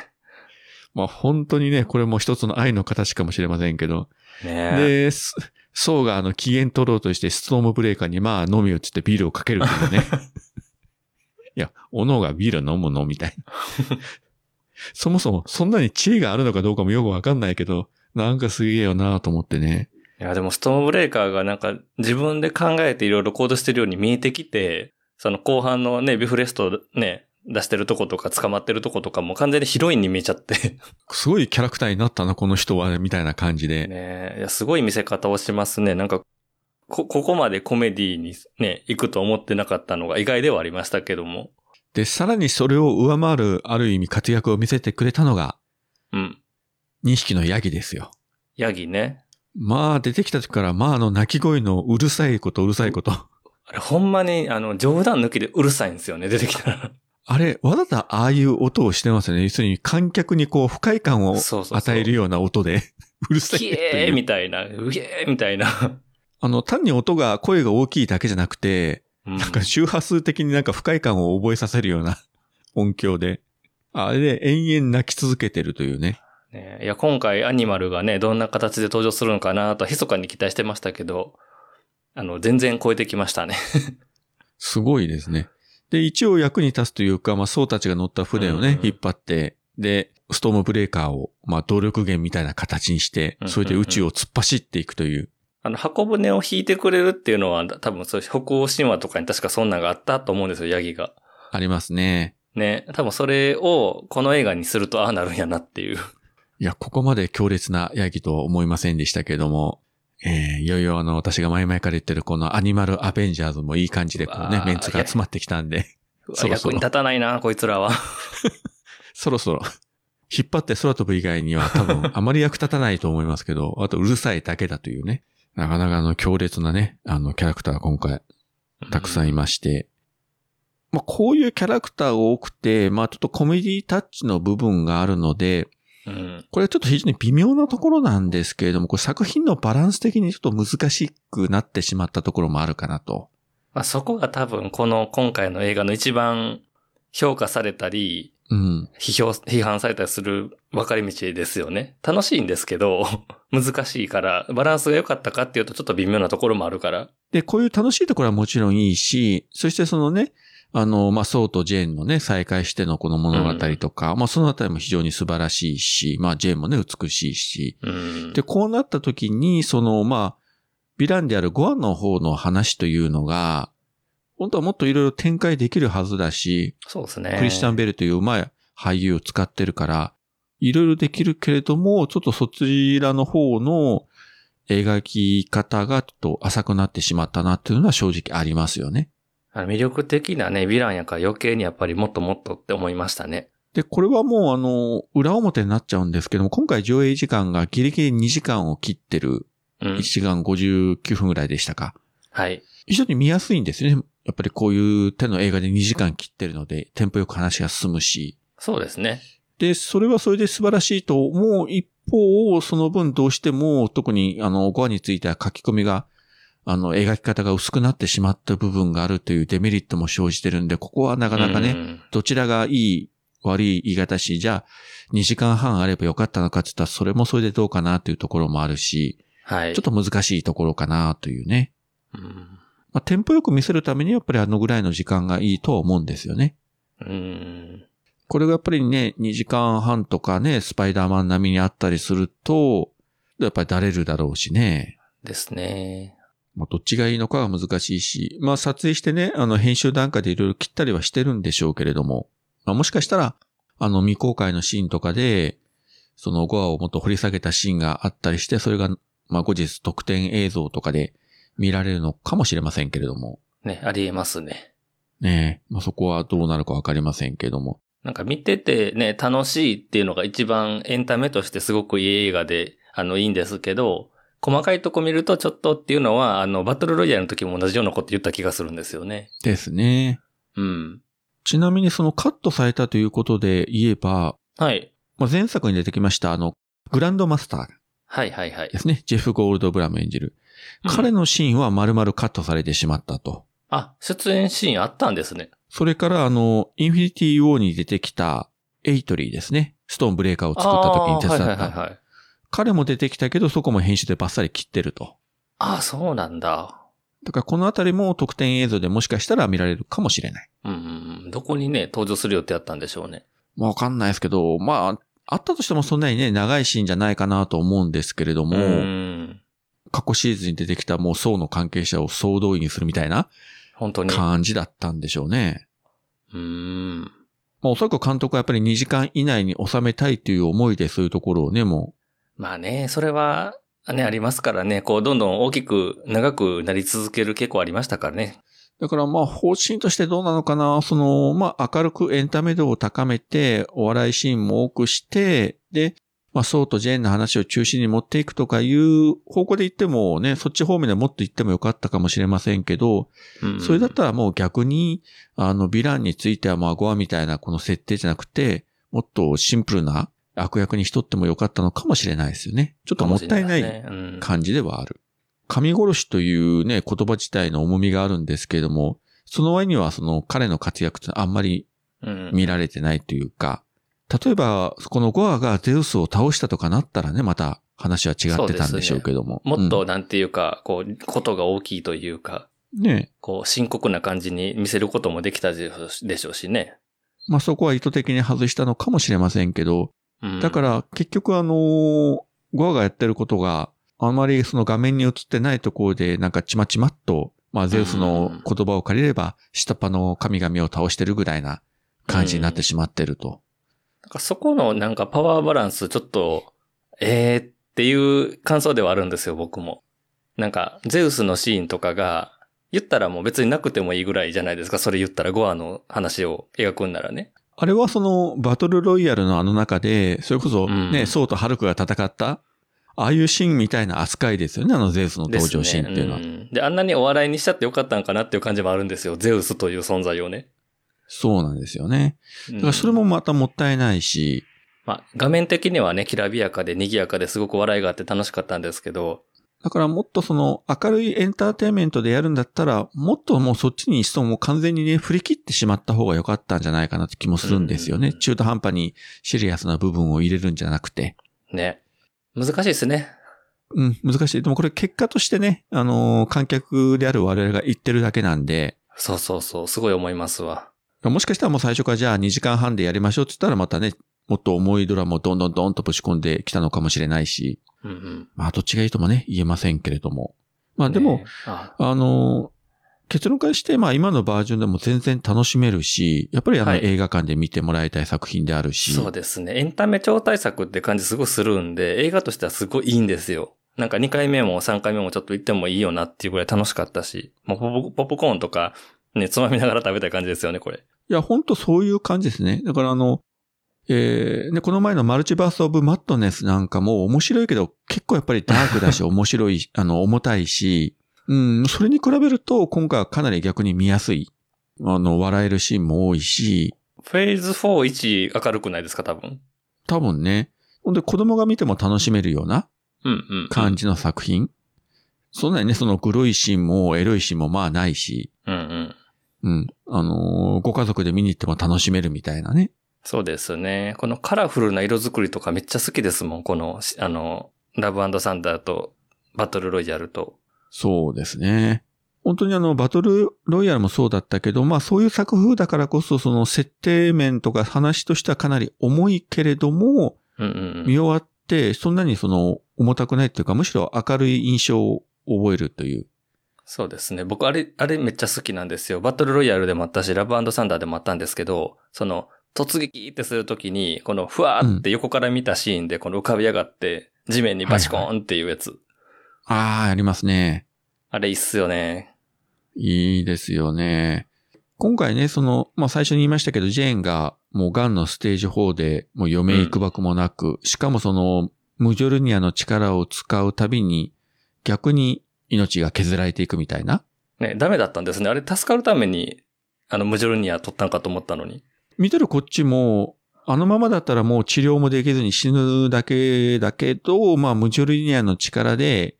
[SPEAKER 2] まあ本当にね、これも一つの愛の形かもしれませんけど。
[SPEAKER 1] ねえ。
[SPEAKER 2] で、す層があの機嫌取ろうとしてストームブレーカーにまあ飲みよってってビールをかけるけど ね。いや、おのがビール飲むのみたいな。 そもそもそんなに知恵があるのかどうかもよくわかんないけど、なんかすげえよなと思ってね。
[SPEAKER 1] いやでもストームブレイカーがなんか自分で考えていろいろ行動してるように見えてきて、その後半のね、ビフレストね、出してるとことか捕まってるとことかも完全にヒロインに見えちゃ って。
[SPEAKER 2] すごいキャラクターになったな、この人は、みたいな感じで。
[SPEAKER 1] ねえ、いや、すごい見せ方をしますね。なんか、こ、ここまでコメディにね、行くと思ってなかったのが意外ではありましたけども。
[SPEAKER 2] で、さらにそれを上回る、ある意味活躍を見せてくれたのが、
[SPEAKER 1] うん。
[SPEAKER 2] 2匹のヤギですよ。
[SPEAKER 1] ヤギね。
[SPEAKER 2] まあ、出てきた時から、まあ、あの、鳴き声のうるさいこと、うるさいこと。
[SPEAKER 1] あれ、ほんまに、あの、冗談抜きでうるさいんですよね、出てきたら。
[SPEAKER 2] あれ、わざとああいう音をしてますよね。要するに観客にこう不快感を
[SPEAKER 1] そうそうそう
[SPEAKER 2] 与えるような音で、うるさいって
[SPEAKER 1] キ
[SPEAKER 2] いう
[SPEAKER 1] エーみたいな、ウエーみたいな。
[SPEAKER 2] あの、単に音が、声が大きいだけじゃなくて、
[SPEAKER 1] うん
[SPEAKER 2] なんか周波数的になんか不快感を覚えさせるような音響で、あれで延々泣き続けてるというね。
[SPEAKER 1] ねいや、今回アニマルがね、どんな形で登場するのかなと、密かに期待してましたけど、あの、全然超えてきましたね。
[SPEAKER 2] すごいですね。で、一応役に立つというか、まあ、僧たちが乗った船をね、
[SPEAKER 1] うんうん
[SPEAKER 2] 引っ張って、で、ストームブレーカーを、まあ、動力源みたいな形にして
[SPEAKER 1] う、んうんうん
[SPEAKER 2] それで宇宙を突っ走っていくという。
[SPEAKER 1] あの、箱舟を引いてくれるっていうのは、多分そういう北欧神話とかに確かそんなんがあったと思うんですよ、ヤギが。
[SPEAKER 2] ありますね。
[SPEAKER 1] ね、多分それをこの映画にするとああなるんやなって いう。
[SPEAKER 2] いや、ここまで強烈なヤギとは思いませんでしたけれども、えー、いよいよあの、私が前々から言ってるこのアニマルアベンジャーズもいい感じでこう
[SPEAKER 1] う
[SPEAKER 2] ね
[SPEAKER 1] わ、ー
[SPEAKER 2] メンツが集まってきたんで、
[SPEAKER 1] うわ
[SPEAKER 2] そろそ
[SPEAKER 1] 役
[SPEAKER 2] ろ
[SPEAKER 1] に立たないな、こいつらは。
[SPEAKER 2] そろそろ 引っ張って空飛ぶ以外には多分あまり役立たないと思いますけど、あとうるさいだけだというね。なかなかあの強烈なね、あのキャラクターが今回 たくさんいまして。まあこういうキャラクターが多くて、まあちょっとコメディタッチの部分があるので、
[SPEAKER 1] うん。
[SPEAKER 2] これはちょっと非常に微妙なところなんですけれども、これ作品のバランス的にちょっと難しくなってしまったところもあるかなと。
[SPEAKER 1] まあ、そこが多分この今回の映画の一番評価されたり、
[SPEAKER 2] うん。
[SPEAKER 1] 批評、批判されたりする分かれ道ですよね。楽しいんですけど、 難しいから、バランスが良かったかっていうとちょっと微妙なところもあるから。
[SPEAKER 2] で、こういう楽しいところはもちろんいいし、そしてそのね、あの、まあ、ソウとジェーンのね、再会してのこの物語とか、まあ、そのあたりも非常に素晴らしいし、まあ、ジェーンもね、美しいし。
[SPEAKER 1] うん。
[SPEAKER 2] で、こうなった時に、その、まあ、ヴィランであるゴアンの方の話というのが、本当はもっといろいろ展開できるはずだし、
[SPEAKER 1] そうですね。
[SPEAKER 2] クリスチャン・ベルといううまい俳優を使ってるから、いろいろできるけれども、ちょっとそちらの方の描き方がちょっと浅くなってしまったなっていうのは正直ありますよね。
[SPEAKER 1] あの魅力的なね、ヴィランやから余計にやっぱりもっともっとって思いましたね。
[SPEAKER 2] で、これはもうあの、裏表になっちゃうんですけども、今回上映時間がギリギリ2時間を切ってる、
[SPEAKER 1] うん
[SPEAKER 2] 1。時間59分ぐらいでしたか。
[SPEAKER 1] はい。
[SPEAKER 2] 非常に見やすいんですよね。やっぱりこういう手の映画で2時間切ってるので、テンポよく話が進むし。
[SPEAKER 1] そうですね。
[SPEAKER 2] で、それはそれで素晴らしいと思う一方、その分どうしても、特にあの、ゴアについては書き込みが、あの、描き方が薄くなってしまった部分があるというデメリットも生じてるんで、ここはなかなかね、
[SPEAKER 1] うん
[SPEAKER 2] どちらがいい、悪い言い方し、じゃあ、2時間半あればよかったのかって言ったら、それもそれでどうかなというところもあるし、
[SPEAKER 1] はい。
[SPEAKER 2] ちょっと難しいところかなというね。
[SPEAKER 1] うん
[SPEAKER 2] まあ、テンポよく見せるためにはやっぱりあのぐらいの時間がいいとは思うんですよね。
[SPEAKER 1] うん。
[SPEAKER 2] これがやっぱりね、2時間半とかね、スパイダーマン並みにあったりすると、やっぱりだれるだろうしね。
[SPEAKER 1] ですね。
[SPEAKER 2] まあ、どっちがいいのかは難しいし、まあ撮影してね、あの編集段階でいろいろ切ったりはしてるんでしょうけれども、まあもしかしたら、あの未公開のシーンとかで、そのゴアをもっと掘り下げたシーンがあったりして、それが、まあ後日特典映像とかで見られるのかもしれませんけれども。
[SPEAKER 1] ね、ありえますね。
[SPEAKER 2] ねえ、まあ、そこはどうなるかわかりませんけども。
[SPEAKER 1] なんか見ててね、楽しいっていうのが一番エンタメとしてすごくいい映画で、あの、いいんですけど、細かいとこ見るとちょっとっていうのは、あの、バトルロイヤルの時も同じようなこと言った気がするんですよね。
[SPEAKER 2] ですね。
[SPEAKER 1] うん。
[SPEAKER 2] ちなみにそのカットされたということで言えば、
[SPEAKER 1] はい。
[SPEAKER 2] まあ、前作に出てきましたあの、グランドマスター
[SPEAKER 1] はいはいはい
[SPEAKER 2] で。すね。ジェフ・ゴールドブラム演じる。彼
[SPEAKER 1] うん
[SPEAKER 2] のシーンは丸々カットされてしまったと。
[SPEAKER 1] あ、出演シーンあったんですね。
[SPEAKER 2] それからあの、インフィニティ・ウォーに出てきたエイトリーですね。ストーンブレーカーを作った時に手伝った。
[SPEAKER 1] あーはいはいはいはい。
[SPEAKER 2] 彼も出てきたけど、そこも編集でバッサリ切ってると。
[SPEAKER 1] ああ、そうなんだ。
[SPEAKER 2] だからこのあたりも特典映像でもしかしたら見られるかもしれない。
[SPEAKER 1] うんうんうん。どこにね、登場する予定あったんでしょうね。
[SPEAKER 2] まあわかんないですけど、まあ、あったとしてもそんなにね、長いシーンじゃないかなと思うんですけれども、
[SPEAKER 1] うん。
[SPEAKER 2] 過去シーズンに出てきたもう層の関係者を総動員するみたいな
[SPEAKER 1] 本当に。
[SPEAKER 2] 感じだったんでしょうね。
[SPEAKER 1] うん。
[SPEAKER 2] まあおそらく監督はやっぱり2時間以内に収めたいという思いでそういうところをね、も
[SPEAKER 1] まあね、それは、ね、ありますからね、こう、どんどん大きく、長くなり続ける傾向ありましたからね。
[SPEAKER 2] う。だからまあ方針としてどうなのかな、その、まあ明るくエンタメ度を高めて、お笑いシーンも多くして、で、まあ、ソウとジェーンの話を中心に持っていくとかいう方向で言ってもね、そっち方面でもっと言ってもよかったかもしれませんけど、
[SPEAKER 1] うん
[SPEAKER 2] それだったらもう逆に、あの、ヴィランについてはまあ、ゴアみたいなこの設定じゃなくて、もっとシンプルな悪役にしとってもよかったのかもしれないですよね。ちょっともったいな
[SPEAKER 1] かも
[SPEAKER 2] い
[SPEAKER 1] しれないですね
[SPEAKER 2] 感じではある。神殺しというね、言葉自体の重みがあるんですけれども、その割にはその彼の活躍ってあんま
[SPEAKER 1] うん。
[SPEAKER 2] り
[SPEAKER 1] うん
[SPEAKER 2] 見られてないというか、例えば、このゴアがゼウスを倒したとかなったらね、また話は違ってたんでしょうけども。
[SPEAKER 1] もっと、なんていうか、こう、ことが大きいというか、
[SPEAKER 2] うん。ね
[SPEAKER 1] こう、深刻な感じに見せることもできたでしょうしね。
[SPEAKER 2] まあそこは意図的に外したのかもしれませんけど、
[SPEAKER 1] うん
[SPEAKER 2] だから結局あのーゴアがやってることがあまりその画面に映ってないところでなんかちまちまっと、まあゼウスの言葉を借りれば下っ端の神々を倒してるぐらいな感じになってしまってると。
[SPEAKER 1] なんかそこのなんかパワーバランスちょっと、えーっていう感想ではあるんですよ、僕も。なんか、ゼウスのシーンとかが、言ったらもう別になくてもいいぐらいじゃないですか、それ言ったらゴアの話を描くんならね。
[SPEAKER 2] あれはその、バトルロイヤルのあの中で、それこそ
[SPEAKER 1] うん
[SPEAKER 2] ね、ソウとハルクが戦った、ああいうシーンみたいな扱いですよね、あのゼウスの登場シーンっていうのは。
[SPEAKER 1] ですねんで、あんなにお笑いにしちゃってよかったんかなっていう感じもあるんですよ。ゼウスという存在をね。
[SPEAKER 2] そうなんですよね。
[SPEAKER 1] うん
[SPEAKER 2] だからそれもまたもったいないし、
[SPEAKER 1] まあ、画面的にはね、きらびやかで賑やかですごく笑いがあって楽しかったんですけど、
[SPEAKER 2] だからもっとその明るいエンターテインメントでやるんだったら、もっともうそっちに人もう完全にね、振り切ってしまった方が良かったんじゃないかなって気もするんですよね。
[SPEAKER 1] うん
[SPEAKER 2] 中途半端にシリアスな部分を入れるんじゃなくて。
[SPEAKER 1] ね。難しいですね。
[SPEAKER 2] うん、難しい。でもこれ結果としてね、あのー観客である我々が言ってるだけなんで、
[SPEAKER 1] そうそうそう、すごい思いますわ。
[SPEAKER 2] もしかしたらもう最初からじゃあ2時間半でやりましょうって言ったらまたね、もっと重いドラマをどんどんどんとぶち込んできたのかもしれないし、
[SPEAKER 1] うんうん。
[SPEAKER 2] まあどっちがいいともね、言えませんけれども。まあでも、
[SPEAKER 1] ねあ
[SPEAKER 2] あの、結論からして、まあ今のバージョンでも全然楽しめるし、やっぱりあの
[SPEAKER 1] はい
[SPEAKER 2] 映画館で見てもらいたい作品であるし、
[SPEAKER 1] そうですね。エンタメ超大作って感じすごいするんで、映画としてはすごいいいんですよ。なんか2回目も3回目もちょっと行ってもいいよなっていうぐらい楽しかったし、もうポップポップコーンとか、ね、つまみながら食べたい感じですよね、これ。
[SPEAKER 2] いや、ほんとそういう感じですね。だからあの、えーね、この前のマルチバースオブマットネスなんかも面白いけど、結構やっぱりダークだし、面白い、 あの、重たいし、うん、それに比べると、今回はかなり逆に見やすい。あの、笑えるシーンも多いし、
[SPEAKER 1] フェーズ4、1明るくないですか、多分。
[SPEAKER 2] 多分ね、ほんで子供が見ても楽しめるような
[SPEAKER 1] うんうん。
[SPEAKER 2] 感。じの作品。そんなにね、そのグロいシーンもエロいシーンもまあないし、
[SPEAKER 1] うんうん。
[SPEAKER 2] うん。あのーご家族で見に行っても楽しめるみたいなね。
[SPEAKER 1] そうですね。このカラフルな色作りとかめっちゃ好きですもん。この、しあの、ラブサンダーとバトルロイヤルと。
[SPEAKER 2] そうですね。本当にあの、バトルロイヤルもそうだったけど、まあそういう作風だからこそ、その設定面とか話としてはかなり重いけれども、
[SPEAKER 1] うんうんう
[SPEAKER 2] 見
[SPEAKER 1] ん。
[SPEAKER 2] 終わって、そんなにその、重たくないっていうか、むしろ明るい印象を覚えるという。
[SPEAKER 1] そうですね。僕あれ、あれめっちゃ好きなんですよ。バトルロイヤルでもあったし、ラブサンダーでもあったんですけど、その、突撃ってするときに、このふわーって横から見たシーンで、この浮かび上がって、地面にバチコーンっていうやつ。
[SPEAKER 2] ああ、ありますね。
[SPEAKER 1] あれいいっすよね。
[SPEAKER 2] いいですよね。今回ね、その、まあ、最初に言いましたけど、ジェーンがもうガンのステージ4でもう余命いくばくもなく、しかもその、ムジョルニアの力を使うたびに、逆に命が削られていくみたいな。
[SPEAKER 1] ね、ダメだったんですね。あれ助かるために、あの、ムジョルニア取ったんかと思ったのに。
[SPEAKER 2] 見てるこっちも、あのままだったらもう治療もできずに死ぬだけだけど、まあ、ムジョルニアの力で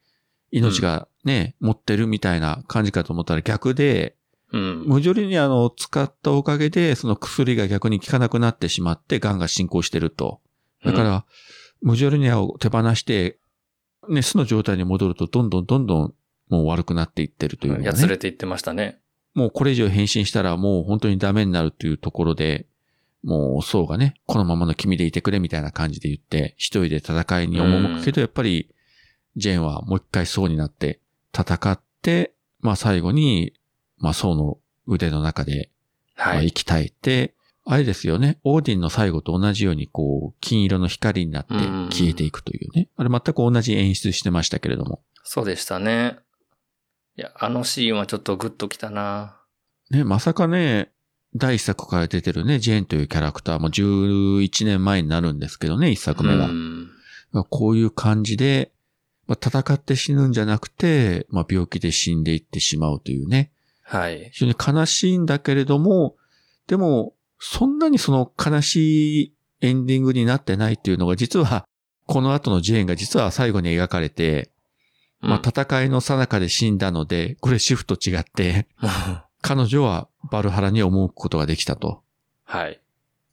[SPEAKER 2] 命がね、持ってるみたいな感じかと思ったら逆で、
[SPEAKER 1] うん。
[SPEAKER 2] ムジョリニアの使ったおかげで、その薬が逆に効かなくなってしまって、癌が進行してると。だから、ムジョリニアを手放して、ね、巣の状態に戻ると、どんどんどんどん、もう悪くなっていってるというの
[SPEAKER 1] や
[SPEAKER 2] が
[SPEAKER 1] つれ
[SPEAKER 2] ね。
[SPEAKER 1] ていってましたね。
[SPEAKER 2] もうこれ以上変身したら、もう本当にダメになるというところで、もう、そうがね、このままの君でいてくれみたいな感じで言って、一人で戦いに赴くけど、やっぱり、ジェーンはもう一回そうになって、戦って、まあ最後に、まあそうの腕の中でま
[SPEAKER 1] は
[SPEAKER 2] あ
[SPEAKER 1] い。
[SPEAKER 2] 息絶えて、あれですよね。オーディンの最後と同じように、こう、金色の光になって
[SPEAKER 1] うんうんうん
[SPEAKER 2] 消えていくというね。あれ全く同じ演出してましたけれども。
[SPEAKER 1] そうでしたね。いや、あのシーンはちょっとグッときたな
[SPEAKER 2] ね、まさかね、第一作から出てるね、ジェーンというキャラクターも11年前になるんですけどね、一作目は。
[SPEAKER 1] うん
[SPEAKER 2] まあこういう感じで、まあ、戦って死ぬんじゃなくて、まあ、病気で死んでいってしまうというね。
[SPEAKER 1] はい。
[SPEAKER 2] 非常に悲しいんだけれども、でも、そんなにその悲しいエンディングになってないっていうのが実は、この後のジェーンが実は最後に描かれて、まあ戦いの最中で死んだので、これシフト違って、
[SPEAKER 1] あ、
[SPEAKER 2] 彼女はバルハラに赴くことができたと。
[SPEAKER 1] はい。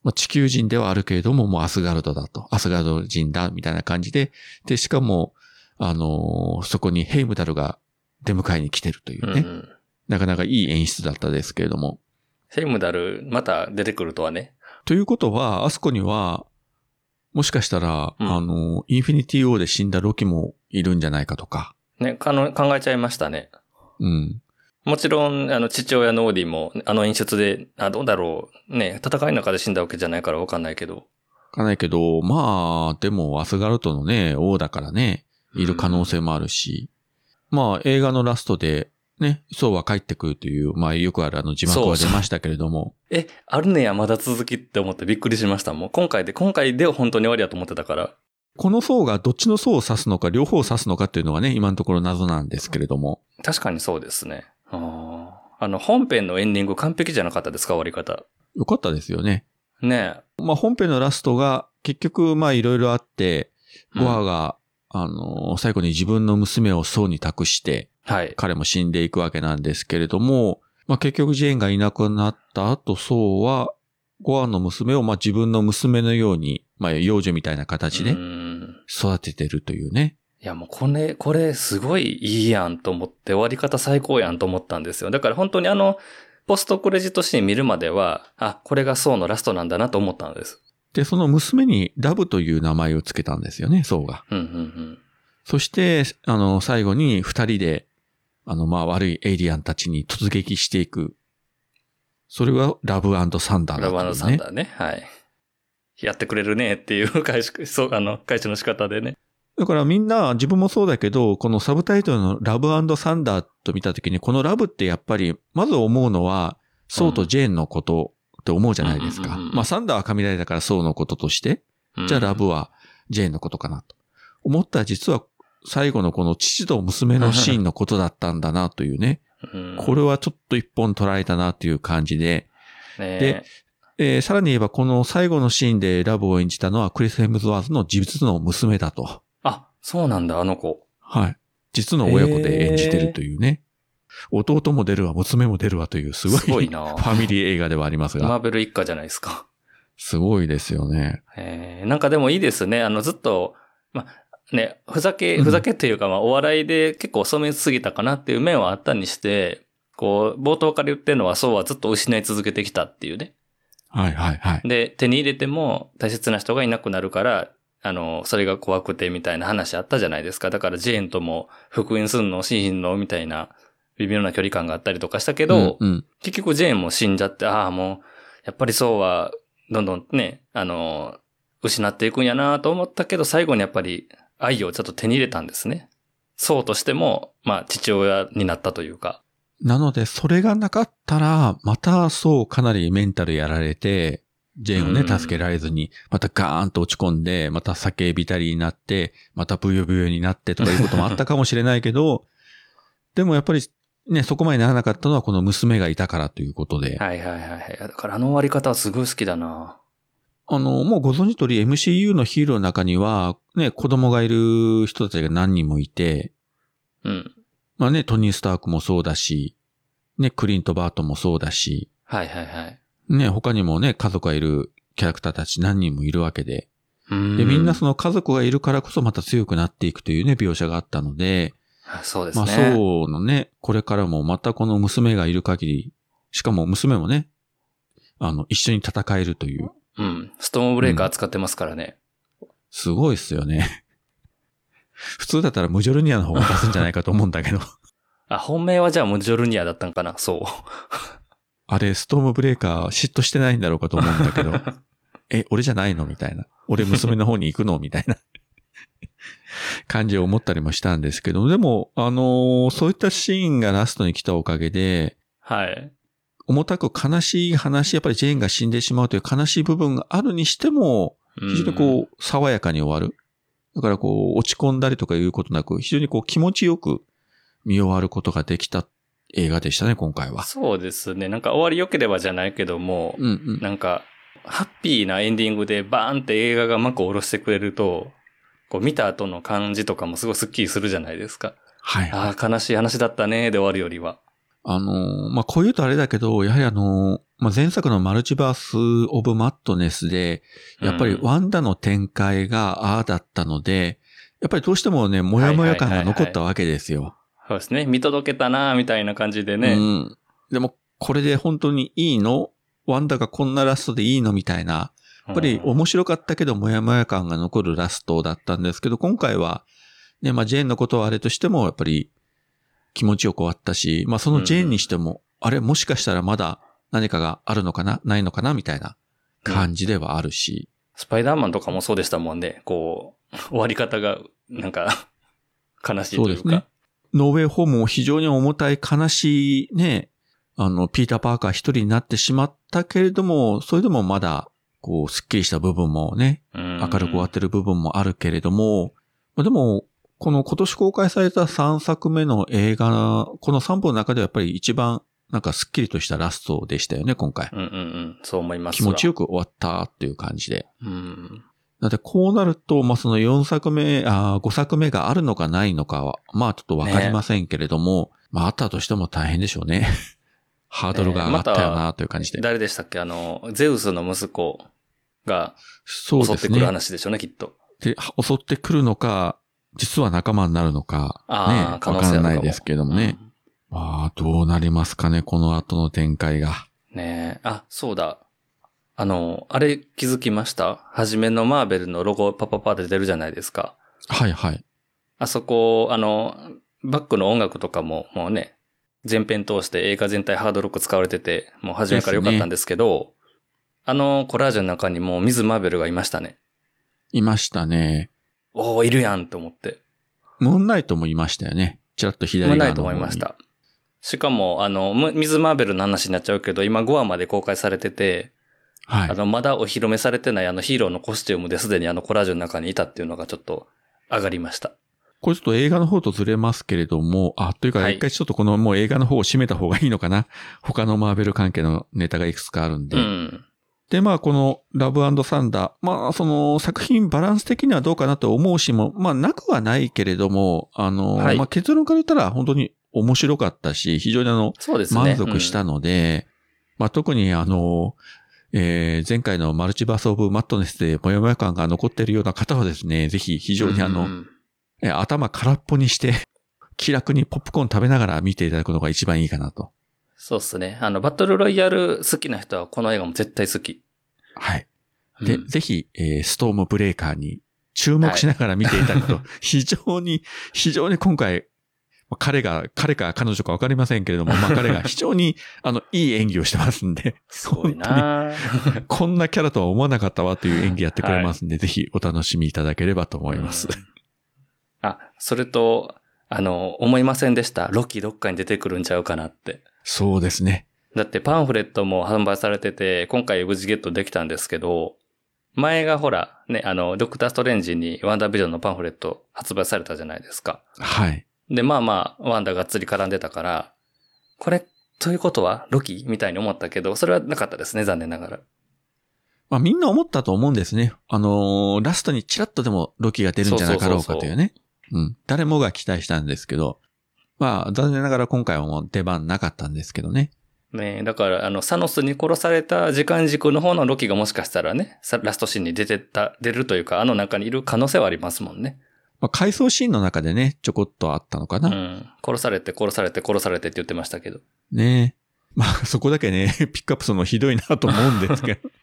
[SPEAKER 2] まあ、地球人ではあるけれども、もうアスガルドだと。アスガルド人だ、みたいな感じで。で、しかも、あのーそこにヘイムダルが出迎えに来てるといううんね。
[SPEAKER 1] うん
[SPEAKER 2] なかなかいい演出だったですけれども。
[SPEAKER 1] ヘイムダル、また出てくるとはね。
[SPEAKER 2] ということは、あそこには、もしかしたら、
[SPEAKER 1] うん
[SPEAKER 2] あの、インフィニティ王で死んだロキもいるんじゃないかとか。
[SPEAKER 1] ね、かの考えちゃいましたね。
[SPEAKER 2] うん。
[SPEAKER 1] もちろん、あの、父親のオーディも、あの演出で、あ、どうだろう。ね、戦いの中で死んだわけじゃないからわかんないけど。
[SPEAKER 2] わかんないけど、まあ、でも、アスガルトのね、王だからね、いる可能性もあるし、まあ、映画のラストで、ね、そうは帰ってくるという、まあ、よくあるあの字幕は出ましたけれども、
[SPEAKER 1] え、あるねや、まだ続きって思ってびっくりしましたもん。今回で、今回で本当に終わりだと思ってたから。
[SPEAKER 2] この層がどっちの層を指すのか、両方を指すのかっていうのがね、今のところ謎なんですけれども。
[SPEAKER 1] 確かにそうですね。あーあの、本編のエンディング完璧じゃなかったですか、終わり方。
[SPEAKER 2] よかったですよね。
[SPEAKER 1] ねえ。
[SPEAKER 2] まあ本編のラストが結局まあいろいろあって、
[SPEAKER 1] うん
[SPEAKER 2] ゴアが、あの、最後に自分の娘を層に託して、
[SPEAKER 1] はい。
[SPEAKER 2] 彼も死んでいくわけなんですけれども、まあ結局ジェーンがいなくなった後、層は、ゴアの娘をまあ自分の娘のように、まあ幼女みたいな形
[SPEAKER 1] う
[SPEAKER 2] で
[SPEAKER 1] ーん
[SPEAKER 2] 育ててるというね。
[SPEAKER 1] いやもうこれ、これすごいいいやんと思って終わり方最高やんと思ったんですよ。だから本当にあの、ポストクレジットシーン見るまでは、あ、これがソーのラストなんだなと思ったんです。
[SPEAKER 2] で、その娘にラブという名前をつけたんですよね、層が。
[SPEAKER 1] うんうんうん。
[SPEAKER 2] そして、あの、最後に二人で、あの、まあ、悪いエイリアンたちに突撃していく。それがラブサンダーだ
[SPEAKER 1] ラ
[SPEAKER 2] っ
[SPEAKER 1] バ
[SPEAKER 2] た
[SPEAKER 1] ー
[SPEAKER 2] ん
[SPEAKER 1] の
[SPEAKER 2] です
[SPEAKER 1] サン
[SPEAKER 2] ね。
[SPEAKER 1] ダーね。はい。やってくれるねっていう返し、そう、あの、返しの仕方でね。
[SPEAKER 2] だからみんな、自分もそうだけど、このサブタイトルのラブサンダーと見たときに、このラブってやっぱり、まず思うのは、ソウとジェーンのことって思うじゃないです
[SPEAKER 1] うん
[SPEAKER 2] か。
[SPEAKER 1] うんうんうん
[SPEAKER 2] まあ、サンダーは雷だからソウのこととして、
[SPEAKER 1] うん
[SPEAKER 2] じゃあラブはジェーンのことかなと。思ったら実は、最後のこの父と娘のシーンのことだったんだなというね。
[SPEAKER 1] うん
[SPEAKER 2] これはちょっと一本捉えたなという感じで、
[SPEAKER 1] ね
[SPEAKER 2] でえーさらに言えばこの最後のシーンでラブを演じたのはクリス・ヘムズワーズの実の娘だと。
[SPEAKER 1] あ、そうなんだ、あの子。
[SPEAKER 2] はい。実の親子で演じてるというね。弟も出るわ、娘も出るわというすごい
[SPEAKER 1] すごい
[SPEAKER 2] フ
[SPEAKER 1] な
[SPEAKER 2] ァミリー映画ではあります
[SPEAKER 1] マ
[SPEAKER 2] が
[SPEAKER 1] ー、ベル一家じゃないですか。
[SPEAKER 2] すごいですよね。
[SPEAKER 1] えーなんかでもいいですね。あの、ずっと、ま、ね、ふざけ、
[SPEAKER 2] うん
[SPEAKER 1] ふざけっていうか、まあ、お笑いで結構染めすぎたかなっていう面はあったにして、こう、冒頭から言ってるのは、そうはずっと失い続けてきたっていうね。
[SPEAKER 2] はいはいはい。
[SPEAKER 1] で、手に入れても大切な人がいなくなるから、あの、それが怖くてみたいな話あったじゃないですか。だからジェーンとも復縁すんの、しひんの、みたいな微妙な距離感があったりとかしたけど、
[SPEAKER 2] うんうん
[SPEAKER 1] 結局ジェーンも死んじゃって、ああ、もう、やっぱりそうは、どんどんね、あの、失っていくんやなと思ったけど、最後にやっぱり愛をちょっと手に入れたんですね。そうとしても、まあ、父親になったというか。
[SPEAKER 2] なので、それがなかったら、またそうかなりメンタルやられて、ジェーンを
[SPEAKER 1] う
[SPEAKER 2] ね、
[SPEAKER 1] ん
[SPEAKER 2] 助けられずに、またガーンと落ち込んで、また酒びたりになって、またブヨブヨになってとかいうこともあったかもしれないけ ど、でもやっぱりね、そこまでならなかったのはこの娘がいたからということで、
[SPEAKER 1] はいはいはいはい。だからあの終わり方はすごい好きだな
[SPEAKER 2] あの、もうご存知通り MCU のヒーローの中には、ね、子供がいる人たちが何人もいて、
[SPEAKER 1] うん。
[SPEAKER 2] まあね、トニー・スタークもそうだし、ね、クリント・バートンもそうだし、
[SPEAKER 1] はいはいはい。
[SPEAKER 2] ね、他にもね、家族がいるキャラクターたち何人もいるわけで。
[SPEAKER 1] で
[SPEAKER 2] で、みんなその家族がいるからこそまた強くなっていくというね、描写があったので、
[SPEAKER 1] そうです
[SPEAKER 2] ま
[SPEAKER 1] ね。
[SPEAKER 2] あそうのね、これからもまたこの娘がいる限り、しかも娘もね、あの、一緒に戦えるという、
[SPEAKER 1] うん。ストームブレイカー使ってますからね。
[SPEAKER 2] すごいっすよね。 普通だったらムジョルニアの方が出すんじゃないかと思うんだけど、
[SPEAKER 1] あ、本命はじゃあムジョルニアだったんかなそう。
[SPEAKER 2] あれ、ストームブレーカー嫉妬してないんだろうかと思うんだけど、 え、俺じゃないのみたいな。俺娘の方に行くのみたいな 感じを思ったりもしたんですけど、でも、あのーそういったシーンがラストに来たおかげで、
[SPEAKER 1] はい。
[SPEAKER 2] 重たく悲しい話、やっぱりジェーンが死んでしまうという悲しい部分があるにしても、非常にこう、爽やかに終わる。だからこう、落ち込んだりとかいうことなく、非常にこう、気持ちよく見終わることができた映画でしたね、今回は。
[SPEAKER 1] そうですね。なんか終わり良ければじゃないけども、
[SPEAKER 2] うんうん。
[SPEAKER 1] なんか、ハッピーなエンディングでバーンって映画がうまく下ろしてくれると、こう見た後の感じとかもすごいスッキリするじゃないですか。
[SPEAKER 2] はい。
[SPEAKER 1] ああ、悲しい話だったね、で終わるよりは。
[SPEAKER 2] あのー、まあ、こういうとあれだけど、やはりあのー、まあ、前作のマルチバース・オブ・マットネスで、やっぱり
[SPEAKER 1] うん
[SPEAKER 2] ワンダの展開がああだったので、やっぱりどうしてもね、もやもや感が残ったわけですよ。
[SPEAKER 1] そうですね。見届けたな、みたいな感じでね。
[SPEAKER 2] うん。でも、これで本当にいいのワンダがこんなラストでいいのみたいな。やっぱり
[SPEAKER 1] うん
[SPEAKER 2] 面白かったけど、もやもや感が残るラストだったんですけど、今回は、ね、まあ、ジェーンのことはあれとしても、やっぱり気持ちよく終わったし、まあ、そのジェーンにしても、あれ、もしかしたらまだ何かがあるのかなないのかなみたいな感じではあるし、
[SPEAKER 1] スパイダーマンとかもそうでしたもんね。こう、終わり方が、なんか、 悲しいというか。
[SPEAKER 2] そうですねノーウェイホームも非常に重たい悲しいね、あの、ピーター・パーカー一人になってしまったけれども、それでもまだ、こう、スッキリした部分もね、
[SPEAKER 1] 明
[SPEAKER 2] 明るく終わってる部分もあるけれども、まあでも、この今年公開された3作目の映画、この3本の中ではやっぱり一番なんかスッキリとしたラストでしたよね、今回。
[SPEAKER 1] うんうんうん。そう思います
[SPEAKER 2] 気持ちよく終わったっていう感じで。
[SPEAKER 1] く。うん。
[SPEAKER 2] だってこうなると、まあ、その4作目、あ5作目があるのかないのかは、まあちょっとわかりませんけれども、まああったとしても大変でしょうね。 ハードルが上がったよなという感じで。
[SPEAKER 1] 誰でしたっけあの、ゼウスの息子が
[SPEAKER 2] そう
[SPEAKER 1] 襲
[SPEAKER 2] で
[SPEAKER 1] って
[SPEAKER 2] す
[SPEAKER 1] くる
[SPEAKER 2] ね。
[SPEAKER 1] 話でしょうね、きっと。
[SPEAKER 2] で、襲ってくるのか、実は仲間になるのか、ね、
[SPEAKER 1] ああ、
[SPEAKER 2] わ
[SPEAKER 1] 可能
[SPEAKER 2] か
[SPEAKER 1] 性あ
[SPEAKER 2] ら
[SPEAKER 1] るかも
[SPEAKER 2] ないですけどもね。
[SPEAKER 1] うん
[SPEAKER 2] まあ、どうなりますかね、この後の展開が。
[SPEAKER 1] ねえ。あ、そうだ。あの、あれ気づきましたはじめのマーベルのロゴパパパで出るじゃないですか。
[SPEAKER 2] はいはい。
[SPEAKER 1] あそこ、あの、バックの音楽とかも、もうね、前編通して映画全体ハードロック使われてて、もう初めから良かったんですけど、あのコラージュの中にもミズ・マーベルがいましたね。
[SPEAKER 2] いましたね。
[SPEAKER 1] おおいるやんと思って。
[SPEAKER 2] ムーンナイトもいましたよね。ちらっと左
[SPEAKER 1] もう
[SPEAKER 2] 側の
[SPEAKER 1] な
[SPEAKER 2] 方
[SPEAKER 1] いと
[SPEAKER 2] に
[SPEAKER 1] 思いまし。た。しかも、あの、むミズ・マーベルの話になっちゃうけど、今5話まで公開されてて、
[SPEAKER 2] はい
[SPEAKER 1] あ。の、まだお披露目されてないあのヒーローのコスチュームですでにあのコラージュの中にいたっていうのがちょっと上がりました。
[SPEAKER 2] これちょっと映画の方とずれますけれども、あ、というか
[SPEAKER 1] はい
[SPEAKER 2] 一回ちょっとこのもう映画の方を締めた方がいいのかな。他のマーベル関係のネタがいくつかあるんで。
[SPEAKER 1] うん。
[SPEAKER 2] で、まあこのラブサンダー。まあその作品バランス的にはどうかなと思うしも、まあなくはないけれども、あの、
[SPEAKER 1] はい
[SPEAKER 2] まあ結論から言ったら本当に面白かったし、非常にあの、
[SPEAKER 1] そうですね。
[SPEAKER 2] 満足したので、まあ、特にあの、えー前回のマルチバースオブマットネスでもやもや感が残っているような方はですね、ぜひ非
[SPEAKER 1] 非
[SPEAKER 2] 常にあの、えー頭空っぽにして、 気楽にポップコーン食べながら見ていただくのが一番いいかなと。
[SPEAKER 1] そうですね。あの、バトルロイヤル好きな人はこの映画も絶対好き。
[SPEAKER 2] はい。で、
[SPEAKER 1] うん
[SPEAKER 2] ぜひ、えーストームブレーカーに注目しながら見ていただくと、 非常に、非常に今回、まあ彼が、彼か彼女かわかりませんけれども、まあ、彼が非常に、あの、いい演技をしてますんで、
[SPEAKER 1] すごいなぁ
[SPEAKER 2] こんなキャラとは思わなかったわという演技やってくれますんで、ぜひお楽しみいただければと思います。
[SPEAKER 1] うんあ、それと、あの、思いませんでした。ロキどっかに出てくるんちゃうかなって。
[SPEAKER 2] そうですね。
[SPEAKER 1] だってパンフレットも販売されてて、今回無事ゲットできたんですけど、前がほら、ね、あの、ドクターストレンジにワンダービジョンのパンフレット発売されたじゃないですか。
[SPEAKER 2] はい。
[SPEAKER 1] で、まあまあ、ワンダがっつり絡んでたから、これ、ということは、ロキみたいに思ったけど、それはなかったですね、残念ながら。
[SPEAKER 2] まあみんな思ったと思うんですね。あのーラストにチラッとでもロキが出るんじゃなかろうかというね。うん。誰もが期待したんですけど、まあ残念ながら今回はもう出番なかったんですけどね。
[SPEAKER 1] ねだから、あの、サノスに殺された時間軸の方のロキがもしかしたらね、さラストシーンに出てた、出るというか、あの中にいる可能性はありますもんね。
[SPEAKER 2] まあ回想シーンの中でね、ちょこっとあったのか
[SPEAKER 1] う
[SPEAKER 2] な。
[SPEAKER 1] ん。殺されて、殺されて、殺されてって言ってましたけ ど。
[SPEAKER 2] ねえ。まあ そこだけね、ピックアップそのひどいなと思うんですけど。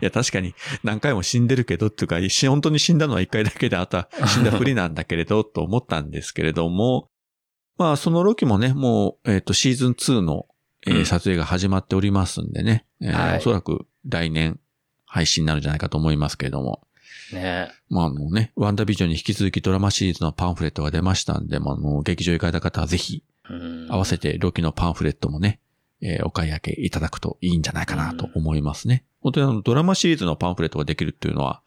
[SPEAKER 2] いや確かに何回も死んでるけどっていうか、し本当に死んだのは一回だけであとは死んだふりなんだけれど、と思ったんですけれ ども、まあ、そのロキもね、もう、えっ、と、シーズン2の、えー
[SPEAKER 1] うん
[SPEAKER 2] 撮影が始まっておりますんでね、えー
[SPEAKER 1] はい
[SPEAKER 2] おそらく来年配信になるんじゃないかと思いますけれども、
[SPEAKER 1] ね
[SPEAKER 2] まあ、あのね、ワンダービジョンに引き続きドラマシリーズのパンフレットが出ましたんで、まあ、あの、劇場行かれた方はぜひ、
[SPEAKER 1] うん。
[SPEAKER 2] 合わせてロキのパンフレットもね、えーお買い上げいただくといいんじゃないかなと思いますね。本当にあの、ドラマシリーズのパンフレットができるっていうのは、